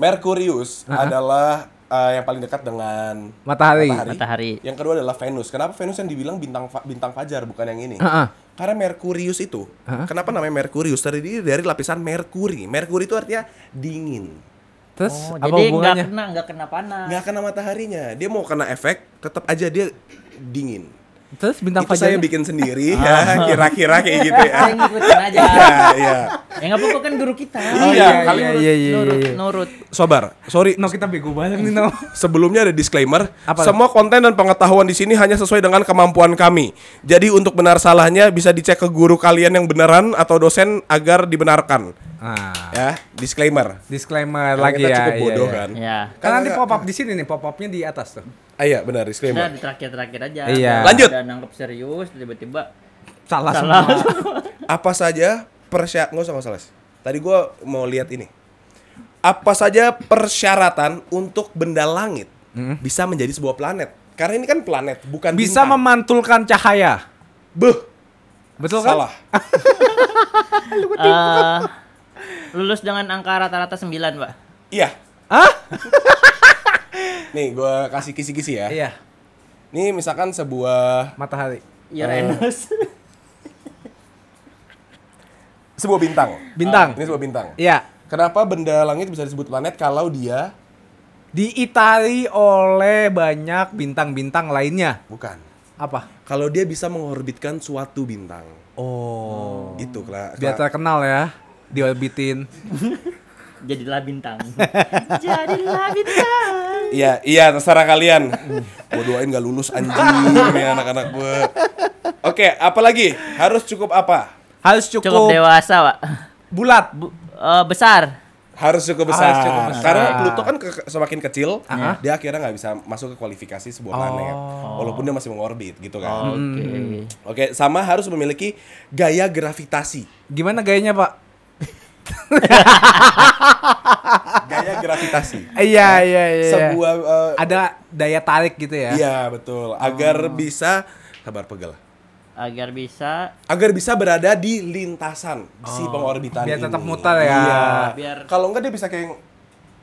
Speaker 1: Merkurius adalah eh, yang paling dekat dengan
Speaker 2: Matahari.
Speaker 3: Matahari.
Speaker 1: Yang kedua adalah Venus. Kenapa Venus yang dibilang bintang fa- bintang fajar bukan yang ini?
Speaker 2: Heeh.
Speaker 1: Karena Merkurius itu, kenapa namanya Merkurius? Terdiri dari lapisan merkuri. Merkuri itu artinya dingin.
Speaker 2: Terus
Speaker 3: Oh,
Speaker 2: apa
Speaker 3: jadi nggak
Speaker 2: hubungannya?
Speaker 3: kena, nggak kena panas.
Speaker 1: Nggak kena mataharinya. Dia mau kena efek, tetap aja dia dingin.
Speaker 2: Terus bintang
Speaker 1: itu
Speaker 2: Ah.
Speaker 1: saya
Speaker 2: Fajar.
Speaker 1: bikin sendiri ya, kira-kira kayak gitu ya.
Speaker 3: Saya ngikutin aja.
Speaker 1: [LAUGHS] Iya, iya.
Speaker 3: ya nggak apa-apa kan guru kita.
Speaker 1: Oh, iya,
Speaker 2: kali
Speaker 3: nurut,
Speaker 2: iya, iya,
Speaker 3: nurut,
Speaker 2: iya.
Speaker 3: nurut.
Speaker 1: Sobar, sorry.
Speaker 2: No, kita bego banget nih, No.
Speaker 1: Sebelumnya ada disclaimer,
Speaker 2: Apa?
Speaker 1: semua konten dan pengetahuan di sini hanya sesuai dengan kemampuan kami. Jadi untuk benar salahnya bisa dicek ke guru kalian yang beneran atau dosen agar dibenarkan.
Speaker 2: Ah,
Speaker 1: Ya, disclaimer.
Speaker 2: disclaimer
Speaker 1: Karena
Speaker 2: lagi
Speaker 1: kita
Speaker 2: ya.
Speaker 1: cukup
Speaker 2: iya,
Speaker 1: bodoh
Speaker 2: iya.
Speaker 1: kan.
Speaker 3: Ya.
Speaker 2: Karena nanti pop up di sini nih, pop upnya di atas tuh.
Speaker 1: Ah, iya, benar
Speaker 3: Kita
Speaker 1: disclaimer.
Speaker 3: Nah, di terakhir-terakhir aja.
Speaker 2: Iya.
Speaker 1: Lanjut.
Speaker 3: Udah nangkep serius, tiba-tiba
Speaker 2: Salah,
Speaker 3: salah.
Speaker 2: semua. [LAUGHS]
Speaker 1: Apa saja persya nggak usah nggak usah, Les. Tadi gua mau lihat ini. Apa saja persyaratan untuk benda langit bisa menjadi sebuah planet? Karena ini kan planet, bukan
Speaker 2: Hmm. Bisa
Speaker 1: bintang.
Speaker 2: memantulkan cahaya.
Speaker 1: Beuh,
Speaker 2: Betul kan?
Speaker 1: salah.
Speaker 3: Eh, lulus dengan angka rata-rata 9, Pak.
Speaker 1: Iya.
Speaker 2: Hah?
Speaker 1: [LAUGHS] Nih, gua kasih kisi-kisi ya.
Speaker 2: Iya,
Speaker 1: Nih misalkan sebuah
Speaker 2: matahari.
Speaker 3: Uranus.
Speaker 1: sebuah bintang.
Speaker 2: Bintang.
Speaker 1: Ini sebuah bintang.
Speaker 2: Iya.
Speaker 1: Kenapa benda langit bisa disebut planet kalau dia
Speaker 2: Diitari oleh banyak bintang-bintang lainnya.
Speaker 1: bukan?
Speaker 2: Apa?
Speaker 1: Kalau dia bisa mengorbitkan suatu bintang.
Speaker 2: Oh.
Speaker 1: Itu lah.
Speaker 2: Biar terkenal ya. Diorbitin.
Speaker 3: [LAUGHS] Jadilah bintang. Jadilah bintang.
Speaker 1: Iya, iya terserah kalian. Gua doain gak lulus anjing [LAUGHS] nih anak-anak gue. Oke, apalagi harus cukup apa?
Speaker 2: Harus cukup,
Speaker 3: Cukup dewasa, Pak.
Speaker 2: bulat.
Speaker 3: Bu- eh, besar.
Speaker 1: Harus cukup besar.
Speaker 2: Harus cukup besar.
Speaker 1: Karena Pluto kan ke- semakin kecil,
Speaker 2: nah, Ah. Oh.
Speaker 1: dia akhirnya nggak bisa masuk ke kualifikasi sebuah planet. Walaupun dia masih mengorbit gitu kan.
Speaker 3: Oke.
Speaker 1: Oke, sama harus memiliki gaya gravitasi.
Speaker 2: Gimana gayanya, Pak? [LAUGHS]
Speaker 1: Gaya gravitasi.
Speaker 2: Iya, iya, iya.
Speaker 1: Sebuah eh,
Speaker 2: ada daya tarik gitu ya.
Speaker 1: iya betul. Agar
Speaker 2: Oh.
Speaker 1: bisa sabar pegel.
Speaker 3: Agar bisa
Speaker 1: Agar bisa berada di lintasan si pengorbitan
Speaker 2: Oh. Biar
Speaker 1: ini.
Speaker 2: tetap muter ya.
Speaker 1: Iya.
Speaker 3: Biar-
Speaker 1: Kalau enggak dia bisa kayak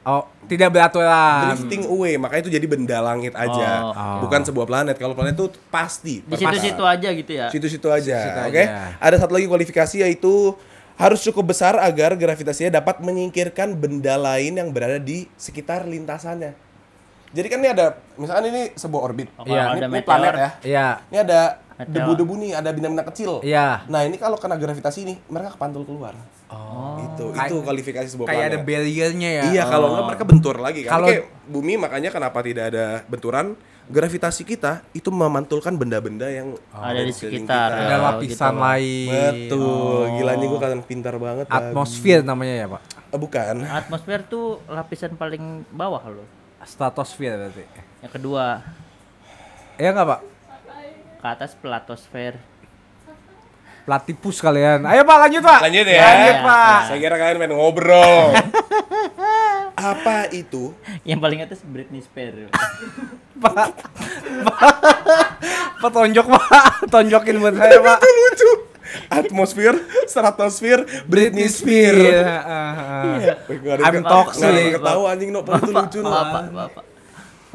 Speaker 2: Oh, tidak beraturan.
Speaker 1: drifting away, makanya itu jadi benda langit aja.
Speaker 3: Oh,
Speaker 2: oke.
Speaker 1: Bukan sebuah planet. Kalau planet itu pasti
Speaker 3: di
Speaker 1: perpasa.
Speaker 3: situ-situ aja gitu ya.
Speaker 1: situ-situ aja,
Speaker 2: Ah, Situ-situ
Speaker 1: oke?
Speaker 2: aja.
Speaker 1: Ada satu lagi kualifikasi yaitu harus cukup besar agar gravitasinya dapat menyingkirkan benda lain yang berada di sekitar lintasannya. Jadi kan ini ada, misalkan ini sebuah orbit,
Speaker 2: Iya.
Speaker 3: Oh, kalau
Speaker 1: ini,
Speaker 3: ada
Speaker 1: ini
Speaker 3: meteor.
Speaker 1: planet ya.
Speaker 2: Iya.
Speaker 1: Ini ada
Speaker 3: Meteor.
Speaker 1: debu-debu nih, ada benda-benda kecil.
Speaker 2: Iya.
Speaker 1: Nah ini kalau kena gravitasi nih, mereka kepantul keluar. Oh. Itu, itu
Speaker 2: Kayak-
Speaker 1: kualifikasi sebuah
Speaker 2: Kayak ada
Speaker 1: planet.
Speaker 2: barriernya ya.
Speaker 1: Iya, kalau enggak mereka bentur lagi kan.
Speaker 2: Kalau-
Speaker 1: Kayak bumi makanya kenapa tidak ada benturan? Gravitasi kita itu memantulkan benda-benda yang
Speaker 3: Ada
Speaker 1: sekeliling
Speaker 3: di sekitar.
Speaker 1: kita.
Speaker 2: ada
Speaker 3: Oh,
Speaker 2: lapisan
Speaker 3: gitu.
Speaker 2: lain.
Speaker 1: Betul, gila nih gue kadang pintar banget. Bang.
Speaker 2: Atmosfer namanya ya, Pak.
Speaker 1: Eh, bukan.
Speaker 3: Atmosfer tuh lapisan paling bawah loh.
Speaker 2: Stratosfer berarti.
Speaker 3: Yang kedua,
Speaker 2: Iya enggak, Pak?
Speaker 3: ke atas platosfer.
Speaker 2: Platipus kalian. Ayo, Pak, lanjut, Pak.
Speaker 1: Lanjut ya.
Speaker 3: Iya,
Speaker 2: Lanjut, Pak.
Speaker 1: Saya kira kalian main ngobrol. [LAUGHS] Apa itu?
Speaker 3: [LAUGHS] Yang paling atas Britney Spears.
Speaker 2: Pak. Pak. Pak tonjok, Pak. Tonjokin buat saya, Pak.
Speaker 1: lucu. atmosfer, stratosfer, Britney
Speaker 2: Iya,
Speaker 1: Spears. Iya.
Speaker 2: ah, ah.
Speaker 1: Wih, nggak ada-
Speaker 2: I'm toxic.
Speaker 1: nggak ada yang ketawa anjing no, padahal itu lucu no.
Speaker 3: Bapak, bapak.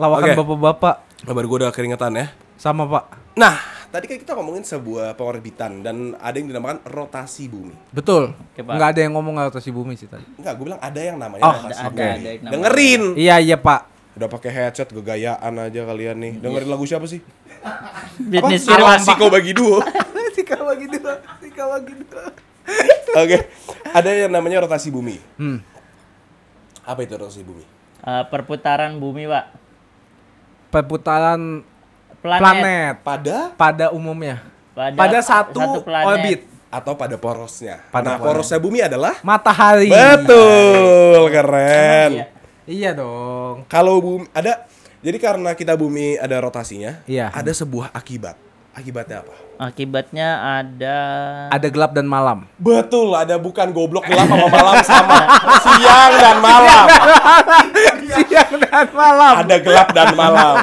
Speaker 2: Lawakan
Speaker 1: Oke.
Speaker 2: bapak-bapak
Speaker 1: Kabar gue udah keringetan ya.
Speaker 2: sama Pak.
Speaker 1: Nah, tadi kan kita ngomongin sebuah pengorbitan dan ada yang dinamakan rotasi bumi.
Speaker 2: Betul.
Speaker 3: Oke, Pak.
Speaker 2: Nggak ada yang ngomong atas si bumi sih tadi.
Speaker 1: Enggak, gue bilang ada yang namanya
Speaker 2: Oh,
Speaker 1: rotasi
Speaker 3: ada-
Speaker 1: bumi.
Speaker 3: ada yang namanya.
Speaker 1: Dengerin.
Speaker 2: Iya, iya Pak.
Speaker 1: Udah pakai headset gegayaan aja kalian nih. Dengerin lagu siapa sih?
Speaker 3: Britney
Speaker 1: Apa?
Speaker 3: Spears.
Speaker 1: Siko bagi
Speaker 2: [LAUGHS]
Speaker 1: duo.
Speaker 2: si kawa gitu, si kawa gitu.
Speaker 1: Oke. Ada yang namanya rotasi bumi.
Speaker 2: Hmm.
Speaker 1: Apa itu rotasi bumi?
Speaker 3: Eh, perputaran bumi, Pak.
Speaker 2: Perputaran
Speaker 3: Planet.
Speaker 2: planet
Speaker 1: Pada
Speaker 2: pada umumnya.
Speaker 3: Pada,
Speaker 2: Pada satu,
Speaker 3: planet.
Speaker 2: orbit.
Speaker 1: atau pada porosnya? nah,
Speaker 2: Pada
Speaker 1: porosnya bumi adalah
Speaker 2: Matahari.
Speaker 1: Betul, keren.
Speaker 3: Iya.
Speaker 2: Iya dong.
Speaker 1: Kalau bumi ada jadi karena kita bumi ada rotasinya,
Speaker 2: Iya.
Speaker 1: ada sebuah akibat. Akibatnya apa?
Speaker 3: Akibatnya ada
Speaker 2: Ada gelap dan malam.
Speaker 1: Betul, ada bukan goblok gelap [LAUGHS] sama malam sama siang dan malam.
Speaker 2: [LAUGHS] Siang dan malam.
Speaker 1: Ada gelap dan malam.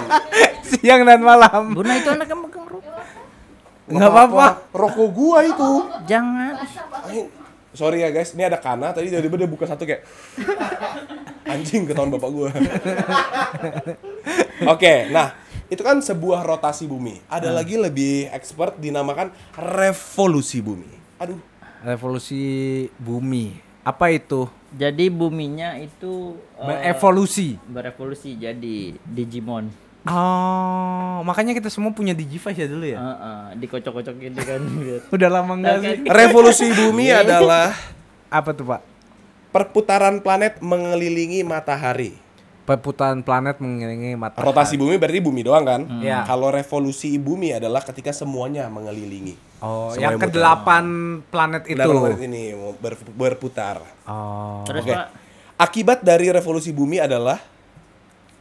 Speaker 2: Siang dan malam.
Speaker 3: Buna itu anaknya megang rokok.
Speaker 2: Nggak apa-apa.
Speaker 1: Rokok gua itu.
Speaker 3: Jangan.
Speaker 1: Ay, Sorry ya guys, ini ada Kana tadi tiba-tiba dia buka satu kayak anjing ke tahun bapak gua. [LAUGHS] Oke, nah itu kan sebuah rotasi bumi. Ada lagi lebih expert dinamakan revolusi bumi. Aduh,
Speaker 2: Revolusi bumi. Apa itu?
Speaker 3: Jadi buminya itu eh,
Speaker 2: Berevolusi.
Speaker 3: berevolusi jadi Digimon.
Speaker 2: Oh, makanya kita semua punya Digivice ya dulu ya.
Speaker 3: Heeh, dikocok-kocok gitu
Speaker 2: [LAUGHS]
Speaker 3: kan.
Speaker 2: Udah lama enggak
Speaker 3: Oke.
Speaker 2: sih?
Speaker 1: revolusi
Speaker 2: [LAUGHS]
Speaker 1: bumi adalah
Speaker 2: Iya. Apa tuh, Pak?
Speaker 1: perputaran planet mengelilingi matahari.
Speaker 2: Perputaran planet mengelilingi matahari.
Speaker 1: Rotasi bumi berarti bumi doang kan?
Speaker 3: Ya.
Speaker 2: Iya.
Speaker 1: Kalau revolusi bumi adalah ketika semuanya mengelilingi.
Speaker 2: Oh,
Speaker 1: Semuanya
Speaker 2: yang ke-8 planet itu.
Speaker 1: Kenapa planet ini ber- berputar.
Speaker 2: Oh,
Speaker 3: Terus
Speaker 1: Oke.
Speaker 3: Pak,
Speaker 1: Akibat dari revolusi bumi adalah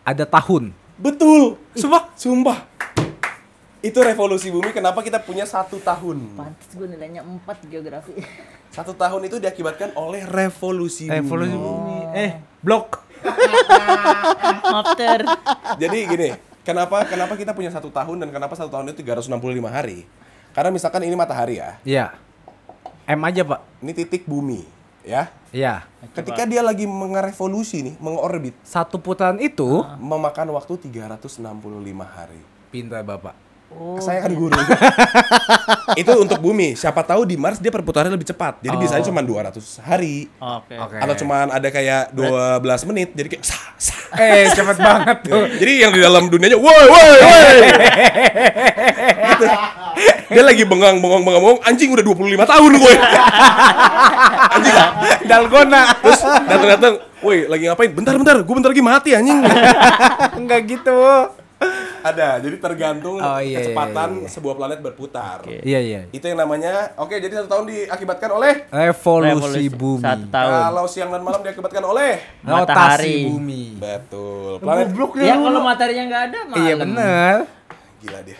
Speaker 2: ada tahun.
Speaker 1: betul.
Speaker 2: Sumpah?
Speaker 1: Sumpah. Itu revolusi bumi kenapa kita punya satu tahun.
Speaker 3: pantas gue nilainya 4 geografi.
Speaker 2: [LAUGHS]
Speaker 1: Satu tahun itu diakibatkan oleh revolusi,
Speaker 2: Revolusi
Speaker 1: bumi.
Speaker 2: bumi. Eh, blok.
Speaker 3: After.
Speaker 1: Jadi gini, kenapa kenapa kita punya satu tahun dan kenapa satu tahun itu 365 hari? Karena misalkan ini matahari ya,
Speaker 2: Iya. M aja, Pak.
Speaker 1: ini titik bumi ya.
Speaker 2: Iya.
Speaker 1: Ketika dia lagi mengerevolusi nih, mengorbit,
Speaker 2: Satu putaran itu
Speaker 1: memakan waktu 365 hari.
Speaker 2: pintar Bapak. Oh.
Speaker 1: Saya kan guru. itu untuk bumi. Siapa tahu di Mars dia perputarannya lebih cepat.
Speaker 2: Oh.
Speaker 1: Jadi biasanya cuma 200 hari.
Speaker 3: Oke.
Speaker 2: Oke.
Speaker 1: Atau cuman ada kayak 12 menit. Jadi kayak sah, sah.
Speaker 2: Eh, cepet
Speaker 3: [LAUGHS]
Speaker 2: banget tuh.
Speaker 1: Jadi yang di dalam dunianya, woi, woi,
Speaker 2: [LAUGHS]
Speaker 1: woi. Gitu. Dia lagi bengang, bengong, bengong, bengong. Anjing udah 25 tahun gue.
Speaker 2: Dalgona.
Speaker 1: Terus datang datang, woi lagi ngapain? Bentar, bentar, gue bentar lagi mati anjing.
Speaker 2: Enggak gitu.
Speaker 1: Ada, jadi tergantung
Speaker 2: Oh, iya,
Speaker 1: kecepatan
Speaker 2: iya, iya.
Speaker 1: sebuah planet berputar.
Speaker 2: Iya, iya.
Speaker 1: Itu yang namanya, oke jadi satu tahun diakibatkan oleh
Speaker 2: Revolusi bumi.
Speaker 3: Satu tahun.
Speaker 1: Kalau siang dan malam diakibatkan oleh
Speaker 2: Rotasi
Speaker 3: Matahari.
Speaker 2: bumi.
Speaker 1: Betul, planet
Speaker 3: Ya kalau materinya nggak ada malam.
Speaker 2: Iya bener.
Speaker 1: Gila dia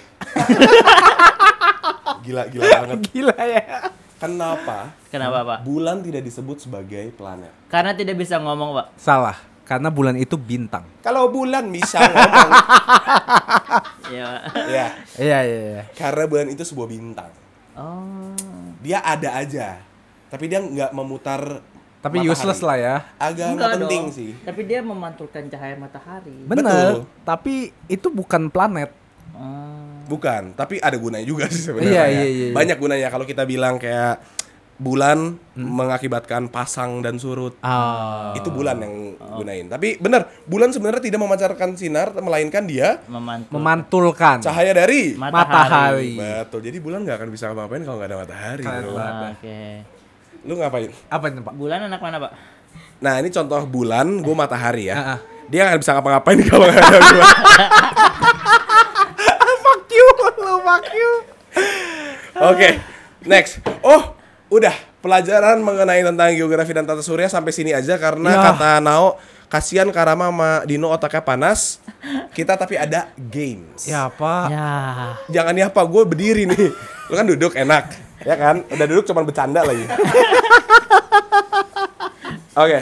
Speaker 1: [LAUGHS] Gila, gila banget
Speaker 2: Gila ya.
Speaker 1: Kenapa
Speaker 3: Kenapa Pak?
Speaker 1: bulan tidak disebut sebagai planet?
Speaker 3: Karena tidak bisa ngomong Pak.
Speaker 2: Salah. Karena bulan itu bintang.
Speaker 1: Kalau bulan bisa
Speaker 2: [LAUGHS]
Speaker 1: ngomong
Speaker 3: Iya. Pak.
Speaker 1: Ya,
Speaker 2: Iya iya. iya.
Speaker 1: karena bulan itu sebuah bintang
Speaker 3: Oh.
Speaker 1: Dia ada aja Tapi dia nggak memutar
Speaker 2: Tapi
Speaker 1: matahari.
Speaker 2: useless lah ya.
Speaker 1: Agak nggak
Speaker 3: Enggak
Speaker 1: penting
Speaker 3: dong.
Speaker 1: sih
Speaker 3: Tapi dia memantulkan cahaya matahari.
Speaker 2: Bener.
Speaker 1: Betul.
Speaker 2: Tapi itu bukan planet.
Speaker 1: Hmm.
Speaker 3: Oh.
Speaker 1: Bukan, tapi ada gunanya juga sih sebenarnya.
Speaker 2: Iya,
Speaker 1: Pak, ya.
Speaker 2: iya, iya, iya.
Speaker 1: Banyak gunanya kalau kita bilang kayak bulan mengakibatkan pasang dan surut.
Speaker 2: Hmm. Ah.
Speaker 1: Itu bulan yang gunain. Tapi benar, bulan sebenarnya tidak memancarkan sinar melainkan dia
Speaker 3: Memantul.
Speaker 2: Memantulkan
Speaker 1: cahaya dari
Speaker 2: matahari.
Speaker 1: Betul. Jadi bulan nggak akan bisa ngapain kalau nggak ada matahari. Lu,
Speaker 3: Ah, Oke.
Speaker 1: Lu ngapain?
Speaker 2: Apa itu pak?
Speaker 3: Bulan anak mana Pak?
Speaker 1: Nah, ini contoh bulan, gue matahari
Speaker 2: Ah, ah.
Speaker 1: ya. Dia nggak bisa ngapa-ngapain [LAUGHS] kalau nggak ada gua.
Speaker 2: Fuck you, lu fuck you.
Speaker 1: Oke, next. Oh, udah pelajaran mengenai tentang geografi dan tata surya sampai sini aja karena
Speaker 2: Ya.
Speaker 1: kata Nao kasihan Karama sama Dino otaknya panas. Kita tapi ada games.
Speaker 2: Ya pak.
Speaker 3: Ya.
Speaker 1: Jangan ya apa gue berdiri nih. Lu kan duduk enak, ya kan? Udah [LAUGHS] duduk cuman bercanda lagi. Oke.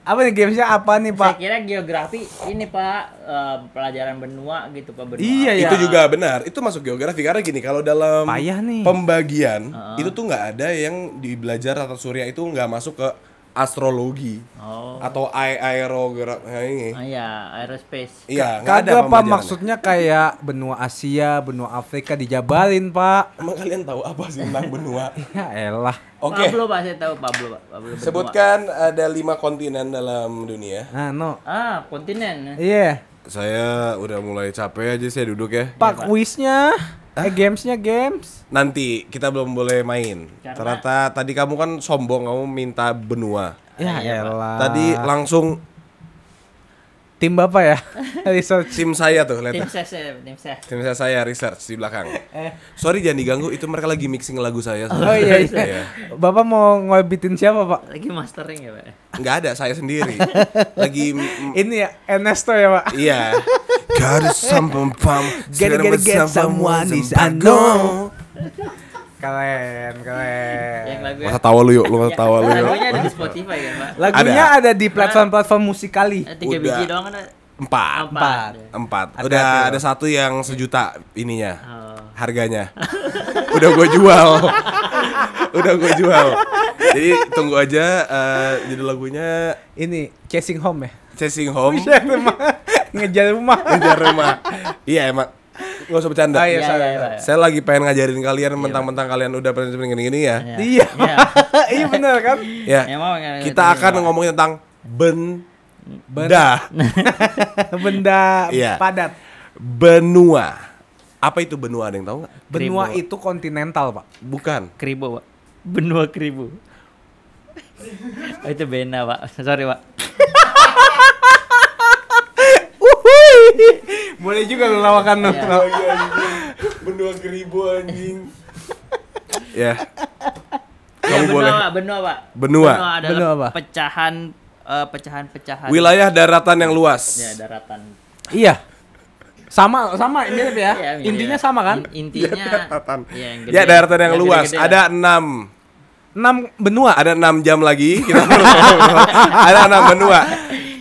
Speaker 2: Apa nih gamesnya apa nih
Speaker 3: Saya
Speaker 2: pak?
Speaker 3: kira geografi ini pak eh, pelajaran benua gitu pak benua.
Speaker 2: Iya ya.
Speaker 1: Itu juga benar. Itu masuk geografi karena gini kalau dalam
Speaker 2: Payah nih.
Speaker 1: pembagian itu tuh nggak ada yang di belajar tata surya itu nggak masuk ke astrologi
Speaker 3: Oh.
Speaker 1: atau ae- aerografi nah, ini.
Speaker 3: Ah, Iya aerospace.
Speaker 1: Iya, nggak ada
Speaker 2: Kagak pak
Speaker 1: pembagian.
Speaker 2: maksudnya kayak benua Asia, benua Afrika dijabarin pak. [LAUGHS]
Speaker 1: Emang kalian tahu apa sih tentang benua?
Speaker 2: Ya elah.
Speaker 1: Oke.
Speaker 3: Pablo pak saya tahu Pablo pak. Pablo benua.
Speaker 1: Sebutkan ada lima kontinen dalam dunia.
Speaker 2: Nah no.
Speaker 3: Ah kontinen.
Speaker 2: Iya.
Speaker 1: Saya udah mulai capek aja saya duduk ya.
Speaker 2: Pak quiznya, eh gamesnya games.
Speaker 1: Nanti kita belum boleh main.
Speaker 3: Karena-
Speaker 1: Ternyata tadi kamu kan sombong kamu minta benua.
Speaker 2: Ya elah.
Speaker 1: Tadi langsung
Speaker 2: tim bapak ya [LAUGHS] research.
Speaker 1: sim saya tuh lihat.
Speaker 3: Tim ses ya, tim ses.
Speaker 1: Tim saya, saya research di belakang. Sorry jangan diganggu, itu mereka lagi mixing lagu saya.
Speaker 2: Eh. Oh iya, iya. Bapak mau ngorbitin siapa pak?
Speaker 3: Lagi mastering ya pak.
Speaker 1: Nggak ada, saya sendiri. Lagi m-
Speaker 2: Ini ya Ernesto ya pak.
Speaker 1: iya. Gotta someone pump,
Speaker 2: Gotta- gotta get someone is unknown. Keren keren.
Speaker 3: Yang lagu ya?
Speaker 1: Masa tawa lu yuk, lu masa tawa
Speaker 2: Iya.
Speaker 1: lu yuk.
Speaker 3: Lagunya ada di Spotify kan pak.
Speaker 2: Lagunya ada, di platform-platform musikali.
Speaker 3: Eh, Tiga
Speaker 1: Udah.
Speaker 3: biji doang kan. ada.
Speaker 1: Empat.
Speaker 3: Empat.
Speaker 1: Empat.
Speaker 2: Hati-hati
Speaker 1: Udah
Speaker 2: loh.
Speaker 1: ada satu yang sejuta ininya.
Speaker 3: Oh.
Speaker 1: Harganya. Udah gue jual. Udah gue jual. Jadi tunggu aja eh, judul lagunya
Speaker 2: Ini Chasing Home [LAUGHS] ya.
Speaker 1: Chasing Home.
Speaker 2: Ngejar rumah. Ngejar rumah.
Speaker 1: Ngejar rumah. Iya emang. Gak usah bercanda.
Speaker 2: Ah, iya,
Speaker 3: Iya,
Speaker 2: salah,
Speaker 3: iya,
Speaker 2: salah.
Speaker 3: iya.
Speaker 1: Saya lagi pengen ngajarin kalian mentang-mentang kalian udah pernah gini-gini ya.
Speaker 2: Iya.
Speaker 3: Iya.
Speaker 2: [LAUGHS] Iya benar kan?
Speaker 1: Ya.
Speaker 3: Emang nggak-
Speaker 1: Kita
Speaker 3: nggak-
Speaker 1: akan ngomongin tentang ben benda
Speaker 2: Benda
Speaker 1: Iya.
Speaker 2: padat.
Speaker 1: benua. Apa itu benua ada yang tahu nggak?
Speaker 2: Benua
Speaker 3: Kribo.
Speaker 2: itu kontinental, Pak.
Speaker 1: Bukan.
Speaker 3: Kribo pak. Benua kribo. Oh, itu Bena pak. Sorry pak.
Speaker 2: Boleh juga lu lawakan lu.
Speaker 3: Iya.
Speaker 2: Law-
Speaker 1: benua keribu anjing. ya.
Speaker 3: Iya,
Speaker 1: Kamu
Speaker 3: benua,
Speaker 1: boleh.
Speaker 3: Pak, benua, Pak.
Speaker 1: Benua.
Speaker 3: adalah
Speaker 2: Benua apa?
Speaker 3: pecahan eh, pecahan-pecahan.
Speaker 1: Wilayah daratan yang luas.
Speaker 3: ya daratan.
Speaker 2: Iya. Sama sama mirip ya.
Speaker 3: Iya, mirip.
Speaker 2: Intinya sama kan?
Speaker 3: In- intinya
Speaker 1: Ya, Daratan.
Speaker 3: Iya, yang gede.
Speaker 1: Ya daratan yang
Speaker 3: Yang
Speaker 1: luas.
Speaker 3: gede-gede
Speaker 1: Ada enam.
Speaker 2: Enam benua.
Speaker 3: Ah.
Speaker 1: Ada enam jam lagi. Kita perlu ngobrol. ada enam benua.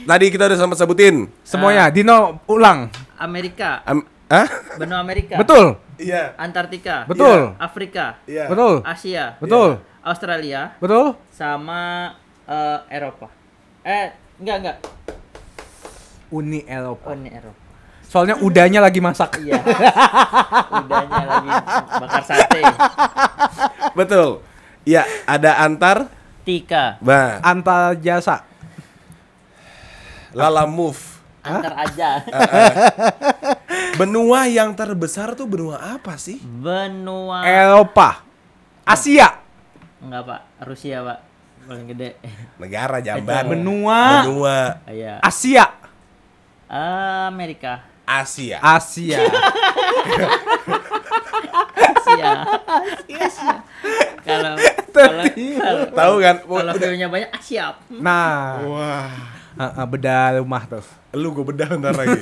Speaker 1: Tadi kita udah sempat sebutin.
Speaker 2: Semuanya. Dino ulang.
Speaker 3: Amerika,
Speaker 1: Am Hah?
Speaker 3: benua Amerika.
Speaker 2: Betul.
Speaker 1: Iya.
Speaker 3: Antartika. Ya,
Speaker 2: Betul.
Speaker 3: Afrika.
Speaker 1: Iya.
Speaker 2: Betul.
Speaker 3: Asia. Ya.
Speaker 2: Betul.
Speaker 3: Australia
Speaker 2: Betul.
Speaker 3: sama eh, Eropa. Eh, enggak enggak.
Speaker 2: Uni Eropa.
Speaker 3: Oh, ini Eropa.
Speaker 2: Soalnya udahnya lagi masak.
Speaker 3: Iya. Udahnya lagi bakar sate.
Speaker 1: Betul. Iya, ada antar.
Speaker 3: Tika,
Speaker 1: Bah,
Speaker 2: Antar jasa.
Speaker 1: Lala Move.
Speaker 3: antar aja.
Speaker 1: Eh. Benua yang terbesar tuh benua apa sih?
Speaker 3: Benua
Speaker 1: Eh.
Speaker 2: Eropa. Asia.
Speaker 3: Enggak pak, Rusia pak paling gede.
Speaker 1: Negara jamban.
Speaker 2: Benua.
Speaker 1: Benua
Speaker 3: Iya.
Speaker 2: Asia.
Speaker 1: Ah.
Speaker 3: Amerika.
Speaker 1: Asia.
Speaker 2: Asia.
Speaker 3: Asia. Asia. Kalau kalau kalau-
Speaker 1: Tahu kan?
Speaker 3: kalau view-nya banyak Asia.
Speaker 1: Hmm.
Speaker 2: Nah,
Speaker 1: Wah,
Speaker 2: uh, uh, beda rumah tuh.
Speaker 1: lu gue bedah ntar
Speaker 3: [LAUGHS]
Speaker 1: lagi.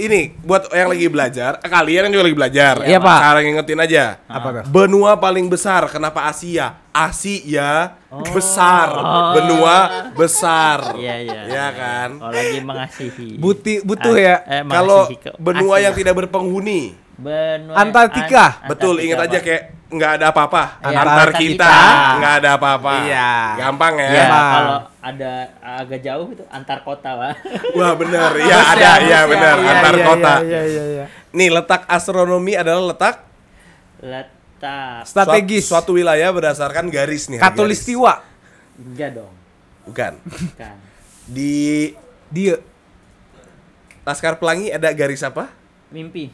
Speaker 1: Ini buat yang lagi belajar, eh, kalian yang juga lagi belajar.
Speaker 2: Iya, Pak.
Speaker 1: Cara ngingetin aja.
Speaker 2: Apa tuh?
Speaker 1: Benua paling besar, kenapa Asia? Asia besar, benua besar.
Speaker 3: Oh. Iya iya.
Speaker 1: Iya kan?
Speaker 3: Kalau lagi mengasihi.
Speaker 2: Buti butuh ya.
Speaker 3: Eh, mengasihi
Speaker 1: Kalau
Speaker 3: ke-
Speaker 1: benua
Speaker 3: Asia.
Speaker 1: yang tidak berpenghuni,
Speaker 3: benua
Speaker 2: Antartika.
Speaker 3: An-
Speaker 1: Betul,
Speaker 3: Antartika,
Speaker 1: ingat aja
Speaker 3: Pak.
Speaker 1: kayak nggak ada apa-apa
Speaker 3: Iya,
Speaker 1: antar
Speaker 3: antar
Speaker 1: kita,
Speaker 3: kita.
Speaker 1: nggak ada apa-apa.
Speaker 2: Iya.
Speaker 1: Gampang ya.
Speaker 3: Iya,
Speaker 2: Pak.
Speaker 3: kalau ada agak jauh itu antar kota, Pak.
Speaker 1: Wah, benar. Iya,
Speaker 3: Rusia,
Speaker 1: ada. Iya,
Speaker 3: Rusia.
Speaker 1: benar.
Speaker 3: Iya,
Speaker 1: antar kota.
Speaker 2: Iya, iya, iya.
Speaker 1: Nih, letak astronomi adalah letak
Speaker 3: Letak
Speaker 2: Strategis.
Speaker 1: suat- Iya, suatu wilayah berdasarkan garis nih. garis.
Speaker 2: Katulistiwa.
Speaker 3: enggak dong.
Speaker 2: [LAUGHS]
Speaker 1: Bukan.
Speaker 3: Kan.
Speaker 1: Di
Speaker 2: Dia.
Speaker 1: Laskar Pelangi ada garis apa?
Speaker 3: Mimpi.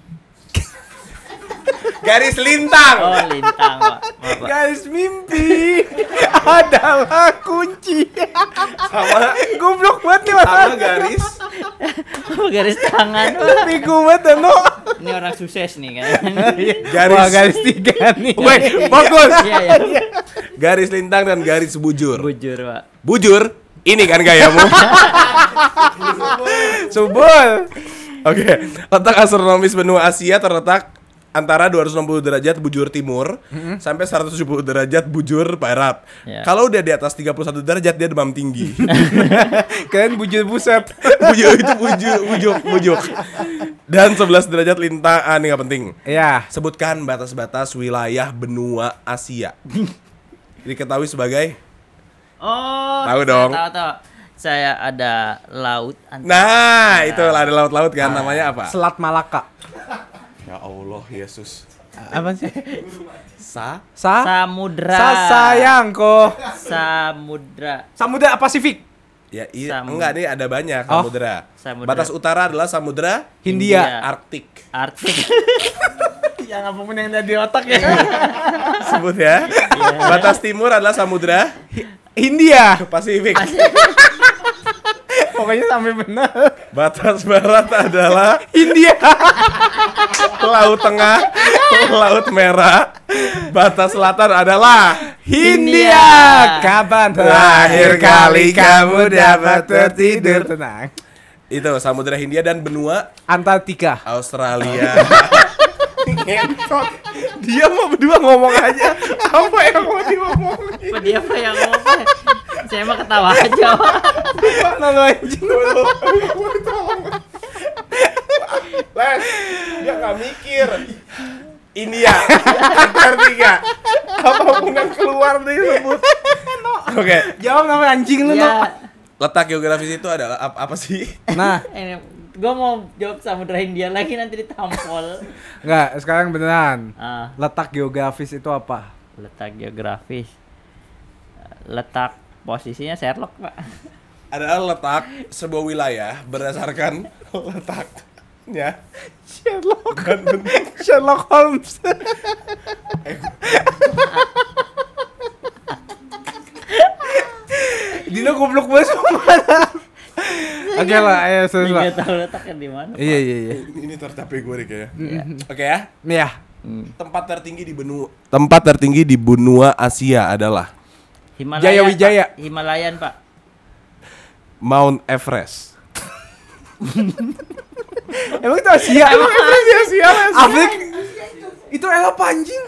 Speaker 1: Garis lintang.
Speaker 3: Oh, lintang, Pak. Maaf,
Speaker 1: iya.
Speaker 3: Pak.
Speaker 2: Guys, mimpi [LAUGHS] adalah kunci.
Speaker 1: Sama
Speaker 2: Goblok banget nih,
Speaker 1: sama
Speaker 2: Mas.
Speaker 1: garis
Speaker 3: Oh, garis tangan. Wah,
Speaker 2: Piku banget no.
Speaker 3: Ini orang sukses
Speaker 2: [LAUGHS]
Speaker 3: nih kan.
Speaker 2: Iya,
Speaker 1: Garis.
Speaker 2: Wah, garis tiga nih.
Speaker 1: Weh, fokus.
Speaker 3: Iya ya.
Speaker 1: Garis lintang dan garis bujur.
Speaker 3: Bujur, Pak.
Speaker 1: Bujur, ini kan
Speaker 2: [LAUGHS]
Speaker 1: gayamu.
Speaker 2: Subul. [LAUGHS]
Speaker 1: Oke, letak astronomis benua Asia terletak antara 260 derajat bujur timur
Speaker 2: Mm-hmm.
Speaker 1: sampai 170 derajat bujur barat.
Speaker 3: Ya.
Speaker 1: Kalau udah di atas 31 derajat dia demam tinggi.
Speaker 2: Kalian bujur buset.
Speaker 1: bujuk itu bujuk, bujuk, bujuk. Dan 11 derajat lintang, ah ini nggak penting.
Speaker 2: Ya.
Speaker 1: Sebutkan batas-batas wilayah benua Asia. Diketahui sebagai
Speaker 3: Oh,
Speaker 1: Tahu
Speaker 3: saya
Speaker 1: dong.
Speaker 3: Tahu tahu. Saya ada laut antara
Speaker 1: Nah, itu lah, ada laut-laut kan namanya apa?
Speaker 2: Selat Malaka.
Speaker 1: Ya Allah, Yesus.
Speaker 2: Nah, Apa sih?
Speaker 1: Sa
Speaker 2: Sa,
Speaker 3: samudra.
Speaker 2: sa ya. sayang kok.
Speaker 3: Samudra.
Speaker 2: Samudra Pasifik.
Speaker 1: Ya iya,
Speaker 3: Sam-
Speaker 1: enggak nih ada banyak
Speaker 2: Oh.
Speaker 1: samudera.
Speaker 3: Samudera.
Speaker 1: Batas utara adalah samudera
Speaker 2: Hindia.
Speaker 1: Ya.
Speaker 3: Hindia.
Speaker 1: Arktik.
Speaker 3: Artik.
Speaker 2: [LAUGHS] Yang apapun yang ada di otak ya.
Speaker 1: Sebut ya. [LAUGHS] Batas timur adalah samudera
Speaker 2: Hindia.
Speaker 1: Pasifik.
Speaker 2: Pokoknya sampai benar.
Speaker 1: Batas barat adalah
Speaker 2: Hindia.
Speaker 1: laut tengah, laut merah. Batas selatan adalah
Speaker 2: Hindia. Kapan terakhir kali kamu dapat tertidur tenang?
Speaker 1: itu samudera Hindia dan benua
Speaker 2: Antartika.
Speaker 1: Australia. Ngentot. Dia mau berdua ngomong aja. Apa yang mau diomongin?
Speaker 3: Apa dia apa yang ngomong? Saya mah ketawa aja. Pak.
Speaker 2: Mana lu anjing?
Speaker 1: Les, dia nggak mikir. India, Qatar tiga. Apapun yang keluar disebut. Oke,
Speaker 2: Jawab nama anjing lu,
Speaker 3: Ya.
Speaker 2: no.
Speaker 1: letak geografis itu adalah ap- apa sih?
Speaker 2: Nah,
Speaker 3: Ini gue mau jawab samudra Hindia lagi nanti ditampol.
Speaker 2: enggak, sekarang beneran.
Speaker 3: Ah,
Speaker 2: Letak geografis itu apa?
Speaker 3: letak geografis. Letak posisinya Sherlock, Pak.
Speaker 1: Adalah letak sebuah wilayah berdasarkan letaknya.
Speaker 2: Sherlock.
Speaker 1: Bukan bentuk.
Speaker 2: Sherlock Holmes. Dino goblok banget semua. Oke lah, ayo
Speaker 3: Dia
Speaker 2: selesai.
Speaker 3: tahu letaknya di mana. Pak.
Speaker 2: Iya iya iya.
Speaker 1: Ini tercapai gue nih kayaknya. Oke ya.
Speaker 2: Iya.
Speaker 1: Tempat tertinggi di benua. Tempat tertinggi di benua Asia adalah
Speaker 3: Himalayan.
Speaker 2: Jaya Wijaya.
Speaker 3: Pak. Himalayan, Pak.
Speaker 1: Mount Everest.
Speaker 2: Emang itu Asia? Emang itu Asia? Afrik? Itu Eropa anjing.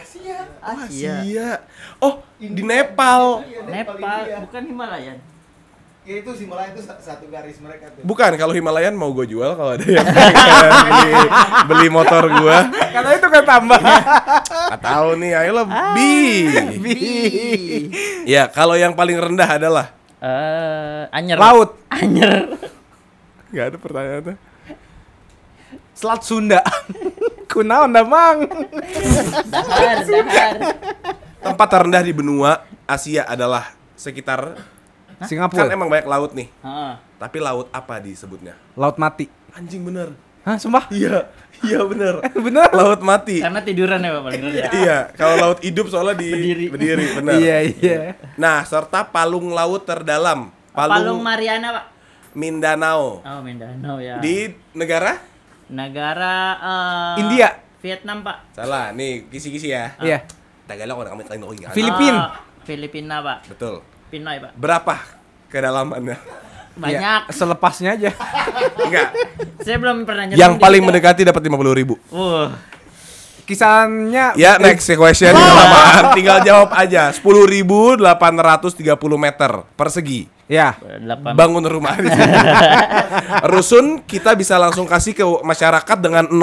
Speaker 3: Asia.
Speaker 1: Iya. Oh, di Nepal.
Speaker 3: Nepal, bukan Himalayan.
Speaker 4: Ya itu si Melayu itu sa- satu garis mereka tuh.
Speaker 1: Bukan, kalau Himalayan mau gue jual kalau ada [LAUGHS] yang beli, beli motor gue
Speaker 2: Katanya itu kan tambah.
Speaker 1: Gak tau nih, ayolah bi Ya, kalau yang paling rendah adalah
Speaker 3: Eh, Anyer.
Speaker 2: Laut.
Speaker 3: Anyer.
Speaker 1: Gak ada pertanyaannya
Speaker 2: Selat Sunda. [LAUGHS] Kunaon dah mang.
Speaker 3: Dahar, dahar.
Speaker 1: Tempat terendah di benua Asia adalah sekitar Kan
Speaker 2: Singapura.
Speaker 1: emang banyak laut nih
Speaker 3: Heeh.
Speaker 1: Tapi laut apa disebutnya?
Speaker 2: Laut mati.
Speaker 1: Anjing bener
Speaker 2: Hah, sumpah?
Speaker 1: Iya, iya bener
Speaker 2: [LAUGHS] Bener?
Speaker 1: Laut mati
Speaker 3: Karena tiduran ya, Pak, paling rendah.
Speaker 1: Iya, kalau laut hidup soalnya di
Speaker 3: Berdiri.
Speaker 1: berdiri bener
Speaker 2: Iya, iya.
Speaker 1: Nah, serta palung laut terdalam Palung,
Speaker 3: Palung Mariana, Pak.
Speaker 1: Mindanao
Speaker 3: Oh, Mindanao ya.
Speaker 1: Di negara?
Speaker 3: negara eh,
Speaker 2: India.
Speaker 3: Vietnam, Pak.
Speaker 1: Salah, nih kisi-kisi ya.
Speaker 2: Iya.
Speaker 1: Tagalog orang Amerika orang Inggris.
Speaker 2: Filip- Filipin.
Speaker 3: Eh, Filipina, Pak.
Speaker 1: Betul.
Speaker 3: Pinoy, Pak.
Speaker 1: Berapa [LAUGHS] kedalamannya?
Speaker 3: Banyak.
Speaker 2: Iya, Selepasnya aja.
Speaker 1: Enggak.
Speaker 3: Saya belum pernah nyetir
Speaker 1: Yang
Speaker 3: di
Speaker 1: paling
Speaker 3: situ.
Speaker 1: mendekati dapat 50 ribu.
Speaker 3: Wah.
Speaker 2: Kisarannya
Speaker 1: Ya, next question kelamaan. Tinggal jawab aja. 10.830 meter persegi.
Speaker 2: Ya.
Speaker 3: Delapan.
Speaker 1: Bangun
Speaker 2: [LAUGHS]
Speaker 1: rumah di sini. Rusun kita bisa langsung kasih ke masyarakat dengan 0%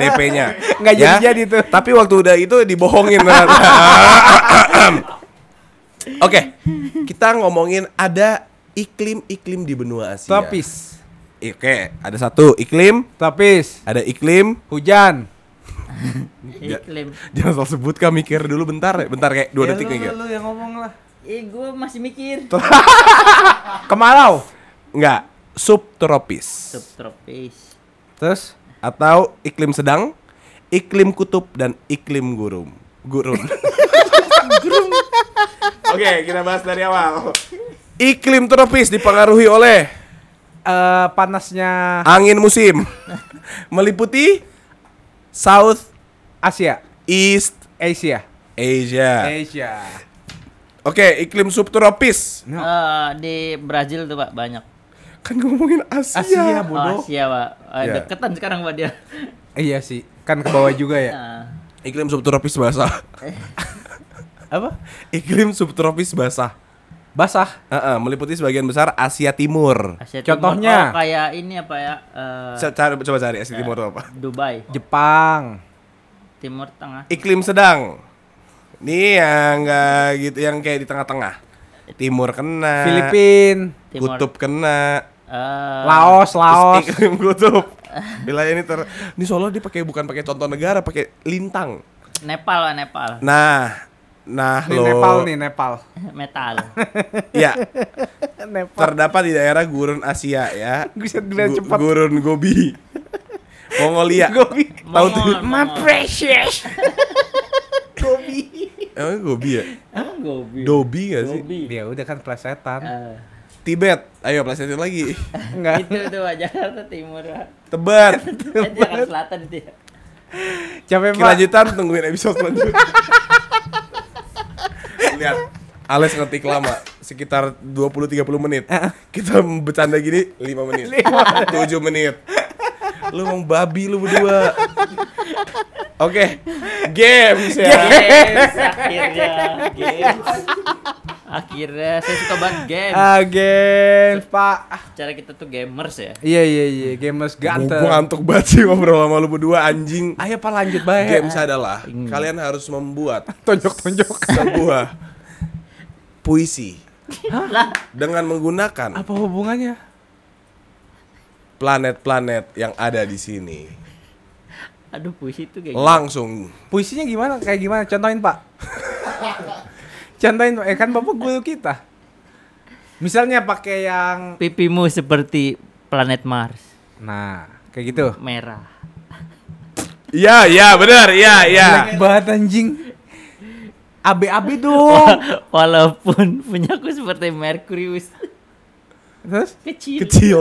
Speaker 1: DP-nya.
Speaker 2: Nggak jadi-jadi tuh.
Speaker 1: Ya. Tapi waktu udah itu dibohongin. [LAUGHS] ternyata. Oke, kita ngomongin ada iklim-iklim di benua Asia.
Speaker 2: Tropis.
Speaker 1: Oke, ada satu iklim,
Speaker 2: Tropis.
Speaker 1: ada iklim.
Speaker 2: Hujan.
Speaker 3: Iklim.
Speaker 1: Jangan salah sebut kak mikir dulu bentar ya, bentar kayak dua detik mikir.
Speaker 2: lu yang ngomong lah.
Speaker 3: Eh, gue masih mikir.
Speaker 2: Kemarau.
Speaker 1: Enggak, subtropis
Speaker 3: Subtropis.
Speaker 2: Terus
Speaker 1: atau iklim sedang, iklim kutub dan iklim gurun. Gurun. Oke, kita bahas dari awal. Iklim tropis dipengaruhi oleh
Speaker 2: eh panasnya
Speaker 1: angin musim meliputi South
Speaker 2: Asia,
Speaker 1: East
Speaker 2: Asia.
Speaker 1: Asia.
Speaker 2: Asia.
Speaker 1: Oke, iklim subtropis.
Speaker 2: No.
Speaker 3: Eh, di Brazil tuh, Pak, banyak.
Speaker 1: Kan ngomongin Asia.
Speaker 2: Asia,
Speaker 3: Oh,
Speaker 2: Iya, bodoh.
Speaker 3: Asia, Pak. Eh,
Speaker 1: Iya.
Speaker 3: Deketan sekarang, Pak, dia.
Speaker 2: Iya sih. kan ke bawah juga ya.
Speaker 3: Nah,
Speaker 1: Iklim subtropis basah.
Speaker 2: Apa?
Speaker 1: Iklim subtropis basah.
Speaker 2: Basah.
Speaker 1: Heeh, meliputi sebagian besar Asia Timur.
Speaker 3: Asia
Speaker 2: Contohnya.
Speaker 3: Timur, oh, kayak ini apa ya? eh,
Speaker 1: Sa- cari- coba cari Asia Timur itu apa?
Speaker 3: Dubai,
Speaker 2: Jepang.
Speaker 3: Timur Tengah.
Speaker 1: Iklim sedang. Nih yang enggak gitu yang kayak di tengah-tengah. Timur kena.
Speaker 3: Eh.
Speaker 2: Filipin.
Speaker 3: Timur.
Speaker 1: Kutub kena.
Speaker 3: Eh,
Speaker 2: Laos, Laos.
Speaker 1: Terus Iklim kutub. Wilayah ini ter Ini Solo dia pakai bukan pakai contoh negara, pakai lintang.
Speaker 3: Nepal lah Nepal. [LAUGHS]
Speaker 1: Nah, nah
Speaker 2: Ini
Speaker 1: lo.
Speaker 2: Nepal nih, Nepal.
Speaker 3: Metal.
Speaker 1: Ya,
Speaker 2: Nepal.
Speaker 1: terdapat di daerah gurun Asia
Speaker 2: [LAUGHS]
Speaker 1: ya.
Speaker 2: Buset, gila
Speaker 1: Gu-
Speaker 2: cepat.
Speaker 1: Gurun Gobi. Mongolia.
Speaker 2: Gobi.
Speaker 1: Tahu tuh.
Speaker 3: Mongol, Mongol.
Speaker 2: precious. Gobi.
Speaker 1: Emang Gobi ya?
Speaker 3: Emang Gobi.
Speaker 1: Dobi gak sih?
Speaker 3: Gobi.
Speaker 2: Dia udah kan plesetan.
Speaker 3: Eh,
Speaker 1: Tibet. Ayo pelajarin lagi. [LAUGHS]
Speaker 2: Enggak.
Speaker 3: itu tuh Jakarta Timur. lah.
Speaker 1: Tebet.
Speaker 3: Eh, Jakarta Selatan itu ya.
Speaker 2: Capek banget.
Speaker 1: Kelanjutan tungguin episode [LAUGHS] selanjutnya. Lihat. Ales ngetik lama sekitar 20 30 menit. Kita bercanda gini 5 [LAUGHS] menit. 7 menit. Lu emang babi lu berdua. Oke. Games
Speaker 2: Iya.
Speaker 1: ya.
Speaker 3: Games akhirnya. Games. Akhirnya saya suka banget game.
Speaker 2: Again, Ah, Pak.
Speaker 3: Cara kita tuh gamers ya.
Speaker 2: Iya, iya, iya. Gamers
Speaker 1: Gue
Speaker 2: ganteng.
Speaker 1: ngantuk banget sih ngobrol sama lu berdua anjing.
Speaker 2: Ayo, Pak, lanjut baik.
Speaker 1: Games adalah kalian harus membuat
Speaker 2: Tonjok-tonjok.
Speaker 1: sebuah puisi
Speaker 3: Lah,
Speaker 1: dengan menggunakan
Speaker 2: Apa hubungannya?
Speaker 1: planet-planet yang ada di sini.
Speaker 3: aduh puisi tuh
Speaker 2: Oh.
Speaker 3: kayak gitu.
Speaker 1: Langsung
Speaker 2: Puisinya gimana? Kayak gimana? Contohin pak. [LAUGHS] Contohin pak. Eh kan bapak guru kita. Misalnya pakai yang.
Speaker 3: pipimu seperti planet Mars
Speaker 2: Nah kayak gitu.
Speaker 3: merah.
Speaker 1: Iya, iya, benar. Iya, iya.
Speaker 2: Jelek banget anjing. AB-AB
Speaker 3: [LAUGHS]
Speaker 2: dong.
Speaker 3: Walaupun punyaku seperti Merkurius
Speaker 2: Terus?
Speaker 3: kecil.
Speaker 1: Kecil.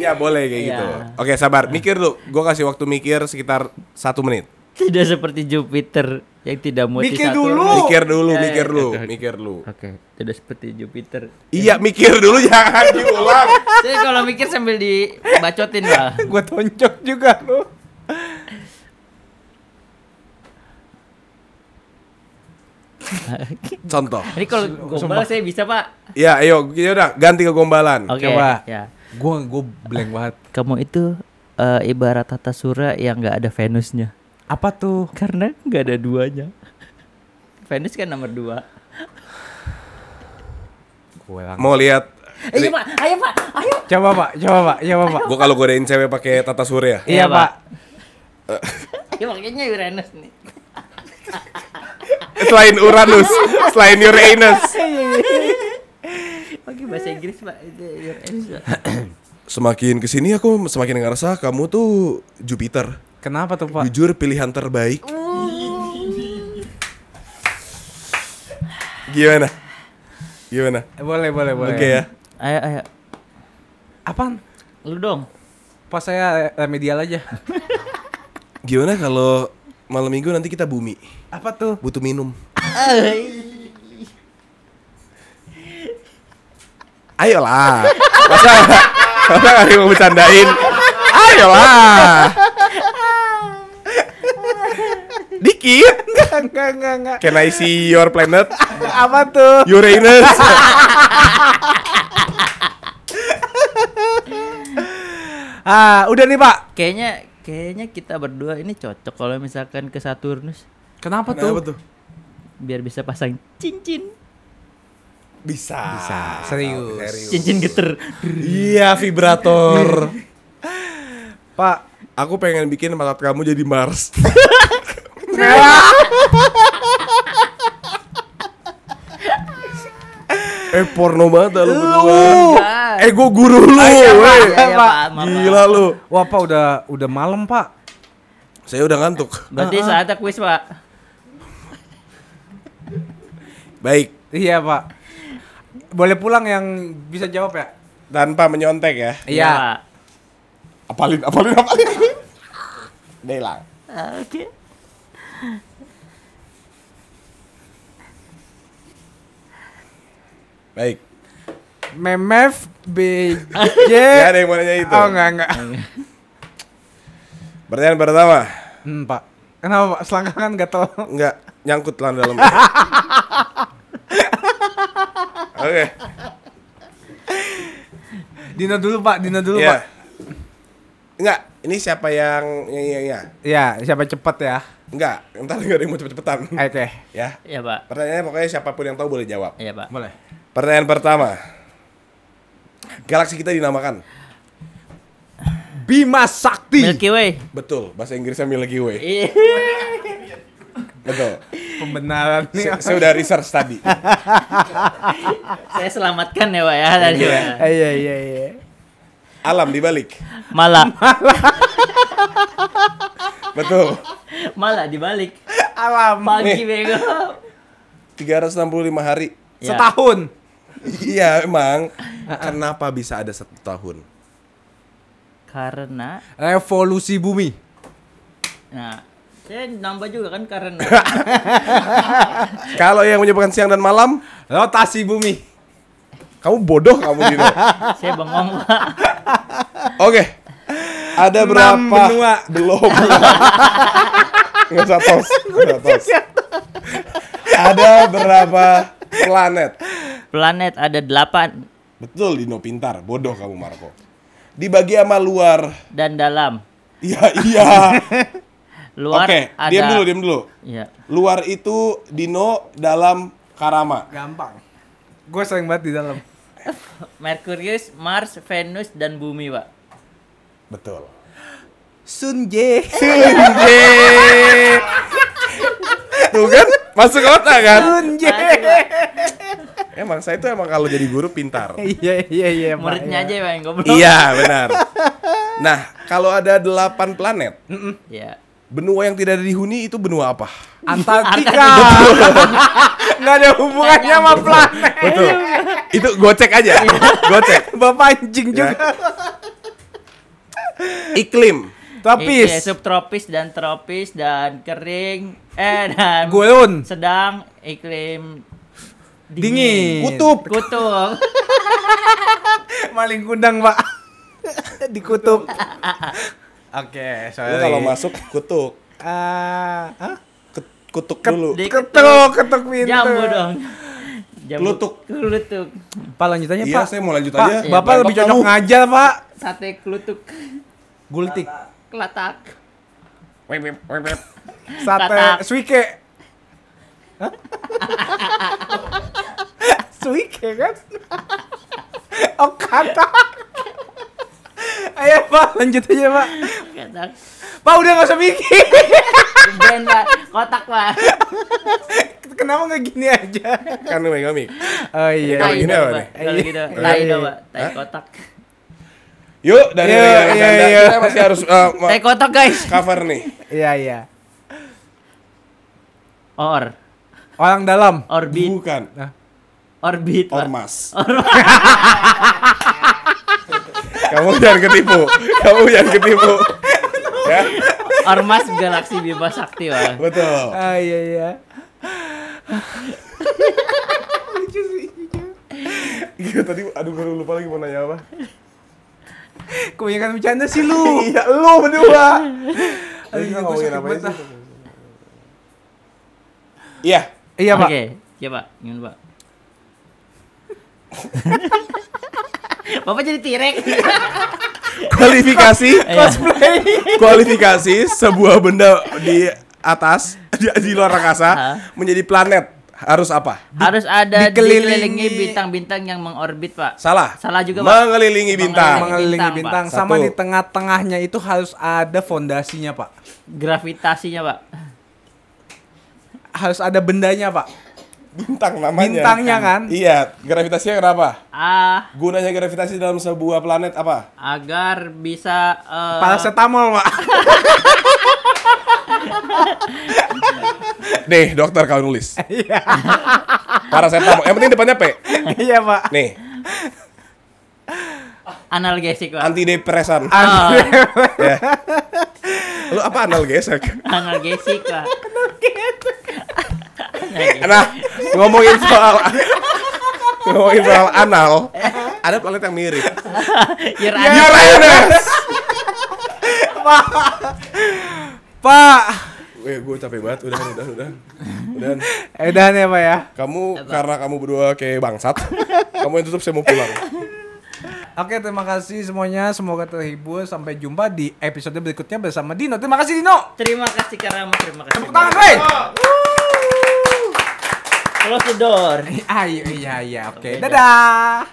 Speaker 1: Ya boleh kayak
Speaker 3: Iya.
Speaker 1: gitu. Oke, sabar. Mikir dulu. Gue kasih waktu mikir sekitar satu menit.
Speaker 3: Tidak seperti Jupiter yang tidak multi
Speaker 2: Mikir
Speaker 3: Saturn.
Speaker 2: dulu.
Speaker 1: Mikir dulu,
Speaker 3: Eh,
Speaker 1: mikir dulu,
Speaker 3: oke, oke.
Speaker 1: mikir dulu.
Speaker 3: Oke, tidak seperti Jupiter.
Speaker 1: Iya, mikir dulu [LAUGHS] jangan diulang.
Speaker 3: Saya kalau mikir sambil dibacotin lah.
Speaker 2: Gue tonjok juga lu.
Speaker 1: Contoh.
Speaker 3: Ini kalau gombal saya bisa, Pak.
Speaker 1: Ya, ayo, ya udah, ganti ke gombalan.
Speaker 3: Oke.
Speaker 2: Coba.
Speaker 3: Ya.
Speaker 2: Gue gue blank banget.
Speaker 3: Kamu itu eh, ibarat tata sura yang nggak ada Venusnya.
Speaker 2: Apa tuh?
Speaker 3: Karena nggak ada duanya. Venus kan nomor dua.
Speaker 2: Gue lang.
Speaker 1: Mau lihat
Speaker 2: Eh, iya,
Speaker 3: Ayo pak, ayo pak, ayo.
Speaker 2: Coba pak. Coba pak. Coba pak.
Speaker 1: Gue kalau godain cewek pakai tata surya.
Speaker 2: Iya
Speaker 3: Iya,
Speaker 2: pak.
Speaker 3: Pak. [LAUGHS] Ya makanya Uranus nih.
Speaker 1: Selain Uranus, selain Uranus.
Speaker 3: Oke bahasa Inggris pak. Itu Uranus pak.
Speaker 1: Semakin kesini aku semakin ngerasa kamu tuh Jupiter.
Speaker 2: Kenapa tuh pak?
Speaker 1: Jujur pilihan terbaik. Mm. Gimana? Gimana?
Speaker 2: Boleh boleh boleh.
Speaker 1: Oke ya.
Speaker 3: Ayo ayo.
Speaker 2: Apaan?
Speaker 3: Lu dong.
Speaker 2: Pas saya remedial aja.
Speaker 1: Gimana kalau malam minggu nanti kita bumi?
Speaker 2: Apa tuh?
Speaker 1: Butuh minum. Ayolah. Masa masa gak ada yang mau bercandain? Ayolah. Dikit.
Speaker 2: [LAUGHS] Enggak enggak enggak.
Speaker 1: Can I see your planet?
Speaker 2: Apa tuh?
Speaker 1: [LAUGHS] Uranus.
Speaker 2: Ah, udah nih Pak.
Speaker 3: Kayaknya kayaknya kita berdua ini cocok kalau misalkan ke Saturnus
Speaker 2: Kenapa,
Speaker 1: Kenapa
Speaker 2: tuh?
Speaker 1: tuh?
Speaker 3: biar bisa pasang cincin.
Speaker 1: Bisa.
Speaker 2: Bisa, Ah, serius.
Speaker 3: Cincin geter.
Speaker 1: Iya, vibrator.
Speaker 2: Pak,
Speaker 1: Aku pengen bikin mata kamu jadi [LAUGHS] Mars. eh porno banget dah lu berdua.
Speaker 3: Enggak.
Speaker 1: Eh gua guru lu. weh.
Speaker 3: Iya, iya, Pak. Maaf,
Speaker 1: Gila lu.
Speaker 2: wah Pak udah udah malam Pak.
Speaker 1: Saya udah ngantuk.
Speaker 3: Berarti saatnya kuis pak.
Speaker 1: Baik,
Speaker 2: Iya Pak. Boleh pulang yang bisa jawab ya?
Speaker 1: tanpa menyontek ya.
Speaker 3: Iya, Pak.
Speaker 1: Apalin, apalin, apalin. Udah hilang.
Speaker 3: Ah, Oke.
Speaker 1: Baik.
Speaker 2: Memef Oh, B J. [LAUGHS] Iya,
Speaker 1: Ya ada yang mau nanya itu.
Speaker 2: Oh enggak enggak.
Speaker 1: Pertanyaan pertama,
Speaker 2: Hmm, Pak. Kenapa, Pak? Selangkangan [LAUGHS] gatel.
Speaker 1: enggak nyangkut lah dalam. Oke,
Speaker 2: Dino dulu, Pak. Dino dulu, Pak.
Speaker 1: ya. Enggak, ini siapa yang ya ya ya.
Speaker 2: Ya, siapa cepat ya?
Speaker 1: Enggak, entar enggak ada yang mau cepet-cepetan.
Speaker 2: Oke.
Speaker 1: ya.
Speaker 3: Iya, Pak.
Speaker 1: Pertanyaannya pokoknya siapapun yang tahu boleh jawab.
Speaker 3: Iya, Pak.
Speaker 2: Boleh.
Speaker 1: Pertanyaan pertama. Galaksi kita dinamakan.
Speaker 2: Bima Sakti.
Speaker 3: Milky Way.
Speaker 1: Betul, bahasa Inggrisnya Milky Way.
Speaker 3: Iya.
Speaker 1: Betul.
Speaker 2: Pembenaran nih.
Speaker 1: Saya saya udah research tadi.
Speaker 3: Saya selamatkan ya, Pak ya tadi. Pak.
Speaker 2: Iya, iya, iya.
Speaker 1: Alam dibalik.
Speaker 3: Malah,
Speaker 1: Betul.
Speaker 3: malah dibalik.
Speaker 2: Alam.
Speaker 3: Pagi bego.
Speaker 1: 365 hari.
Speaker 2: Iya.
Speaker 3: Ya.
Speaker 2: Setahun.
Speaker 1: Iya, emang. Kenapa bisa ada satu tahun?
Speaker 3: Karena
Speaker 2: Revolusi bumi.
Speaker 3: nah, saya nambah juga kan karena
Speaker 1: Kalau yang menyebutkan siang dan malam,
Speaker 2: Rotasi bumi.
Speaker 1: kamu bodoh kamu [LAUGHS] Dino.
Speaker 3: saya bengong, Pak.
Speaker 1: Oke. Ada
Speaker 2: Enam
Speaker 1: berapa?
Speaker 2: benua.
Speaker 1: [LAUGHS] Belum. Nggak usah tos. Nggak usah tos. Ada berapa planet?
Speaker 3: Planet ada delapan
Speaker 1: Betul Dino pintar, bodoh kamu Marco. Dibagi sama luar. [LAUGHS]
Speaker 3: dan dalam.
Speaker 1: Iya, iya.
Speaker 3: Luar
Speaker 1: Oke,
Speaker 3: ada
Speaker 1: diam dulu, diam dulu.
Speaker 3: Iya.
Speaker 1: Luar itu Dino dalam Karama.
Speaker 2: Gampang. Gue sering banget di dalam.
Speaker 3: Merkurius, Mars, Venus dan bumi, Pak.
Speaker 2: Iya,
Speaker 1: Betul.
Speaker 2: Sunje.
Speaker 1: Sunje. Tuh kan masuk otak kan?
Speaker 2: Sunje.
Speaker 1: Emang saya itu emang kalau jadi guru pintar.
Speaker 2: [LAUGHS] Iya, iya, iya. Pak,
Speaker 3: Muridnya aja
Speaker 2: iya.
Speaker 3: Pak yang goblok.
Speaker 1: [LAUGHS] Iya, benar. Nah, kalau ada 8 planet,
Speaker 3: Iya.
Speaker 1: benua yang tidak ada dihuni itu benua apa?
Speaker 2: Antartika. [LAUGHS] Nggak ada hubungannya sama planet.
Speaker 1: Betul. Itu gocek aja. Gocek.
Speaker 2: [LAUGHS] Bapak
Speaker 1: Ya.
Speaker 2: anjing juga.
Speaker 1: Iklim.
Speaker 2: Tropis.
Speaker 3: Iya, subtropis dan tropis dan kering eh dan
Speaker 2: Gurun.
Speaker 3: sedang iklim
Speaker 2: Dingin.
Speaker 1: Kutub.
Speaker 3: Kutub.
Speaker 2: Maling kundang, Pak. [LAUGHS] Dikutuk. Oke,
Speaker 1: Lu
Speaker 2: sorry.
Speaker 1: kalau masuk kutuk,
Speaker 2: Ah, ah?
Speaker 1: Ket- kutuk dulu.
Speaker 3: Di-
Speaker 2: ketuk, ketuk pintu.
Speaker 3: Jambu dong. Jambu.
Speaker 1: Kelutuk.
Speaker 3: Kelutuk.
Speaker 2: Pak lanjutannya,
Speaker 1: Iya,
Speaker 2: Pak.
Speaker 1: saya mau lanjut
Speaker 2: Pak,
Speaker 1: aja.
Speaker 2: Bapak
Speaker 1: Iya,
Speaker 2: lebih
Speaker 1: Bapak
Speaker 2: cocok
Speaker 1: kamu.
Speaker 2: ngajar, Pak.
Speaker 3: Sate kelutuk.
Speaker 2: Gultik.
Speaker 3: Kelatak.
Speaker 1: Wep, wep, wep, wep.
Speaker 2: Sate
Speaker 3: Katak.
Speaker 2: suike. Hah? [LAUGHS] suike kan? oh, kata. Ayo, Pak, lanjut aja, Pak.
Speaker 3: Kelatak.
Speaker 2: Pak, udah gak usah mikir.
Speaker 3: Ben, Pak. Kotak, Pak.
Speaker 2: Kenapa gak gini aja?
Speaker 1: Kan megami.
Speaker 2: [LAUGHS] Oh iya.
Speaker 1: Kalau
Speaker 3: Tai
Speaker 1: gini
Speaker 3: dong,
Speaker 1: apa
Speaker 3: Pak.
Speaker 1: nih?
Speaker 3: Kalau gitu,
Speaker 2: Iya.
Speaker 3: tai dong,
Speaker 2: Iya.
Speaker 3: Pak. Tai kotak.
Speaker 1: Yuk, dari
Speaker 2: Yuk,
Speaker 1: dari-
Speaker 2: iya,
Speaker 1: dari-
Speaker 2: iya.
Speaker 1: kita masih harus uh, ma-
Speaker 3: Tai kotak, guys.
Speaker 1: cover nih.
Speaker 2: Iya, iya.
Speaker 3: Or.
Speaker 2: Orang dalam.
Speaker 3: Orbit.
Speaker 1: Bukan.
Speaker 3: Orbit, Pak.
Speaker 1: Ormas. Kamu jangan ketipu. Kamu jangan ketipu. ya,
Speaker 3: Ormas Galaksi Bima Sakti, Pak.
Speaker 1: betul.
Speaker 2: Ah, iya, iya. lucu sih. lucu.
Speaker 1: Iya tadi aduh gue lupa lagi mau nanya apa.
Speaker 2: Kebanyakan bercanda sih [LAUGHS] lu.
Speaker 1: Iya, lu berdua.
Speaker 2: Aduh,
Speaker 1: Tadi
Speaker 2: gua
Speaker 1: ngomongin
Speaker 2: sakit
Speaker 1: apa
Speaker 2: banget
Speaker 1: sih?
Speaker 2: ah.
Speaker 1: Iya.
Speaker 2: Iya, Pak.
Speaker 3: Oke, iya, Pak. Gimana,
Speaker 2: [LAUGHS]
Speaker 3: Pak? Bapak jadi tirek.
Speaker 1: Kualifikasi,
Speaker 2: Cosplay.
Speaker 1: kualifikasi sebuah benda di atas di, di luar angkasa
Speaker 3: Hah?
Speaker 1: menjadi planet harus apa?
Speaker 3: Harus ada
Speaker 2: Dikelilingi-
Speaker 3: dikelilingi bintang-bintang yang mengorbit, Pak.
Speaker 1: Salah.
Speaker 3: Salah juga, Pak.
Speaker 1: Mengelilingi Nah, bintang.
Speaker 2: Mengelilingi bintang,
Speaker 3: Bintang,
Speaker 1: Pak.
Speaker 2: sama
Speaker 1: Satu.
Speaker 2: di tengah-tengahnya itu harus ada fondasinya, Pak.
Speaker 3: Gravitasinya, Pak.
Speaker 2: Harus ada bendanya, Pak.
Speaker 1: Bintang namanya.
Speaker 2: Bintangnya kan?
Speaker 1: Iya, gravitasinya kenapa?
Speaker 3: Ah,
Speaker 1: Gunanya gravitasi dalam sebuah planet apa?
Speaker 3: agar bisa eh,
Speaker 2: Paracetamol, Pak. [LAUGHS]
Speaker 1: Nih, dokter kau nulis.
Speaker 2: Iya.
Speaker 1: Paracetamol. Yang penting depannya P.
Speaker 2: Iya, Pak.
Speaker 1: Nih,
Speaker 3: analgesik, Pak. Oh,
Speaker 1: antidepresan.
Speaker 2: Ah,
Speaker 1: ya. Lu apa analgesek?
Speaker 2: [LAUGHS]
Speaker 3: Analgesik, Pak.
Speaker 1: Nah, ngomongin soal ngomongin soal anal, ada planet
Speaker 2: Iya.
Speaker 1: yang mirip. [LAUGHS]
Speaker 3: Your
Speaker 1: Uranus.
Speaker 2: Pak.
Speaker 1: Eh, gue capek banget. Udah, udah, udah. Udah.
Speaker 2: Eh, udahan ya, Pak ya.
Speaker 1: Kamu karena kamu berdua kayak bangsat, kamu yang tutup saya mau pulang.
Speaker 2: Oke, terima kasih semuanya. Semoga terhibur. Sampai jumpa di episode berikutnya bersama Dino. Terima kasih Dino.
Speaker 3: Terima kasih Karama, terima kasih.
Speaker 2: Tepuk tangan, Rey.
Speaker 3: Close the door.
Speaker 2: [LAUGHS] Ayo, iya, iya. Oke, dadah.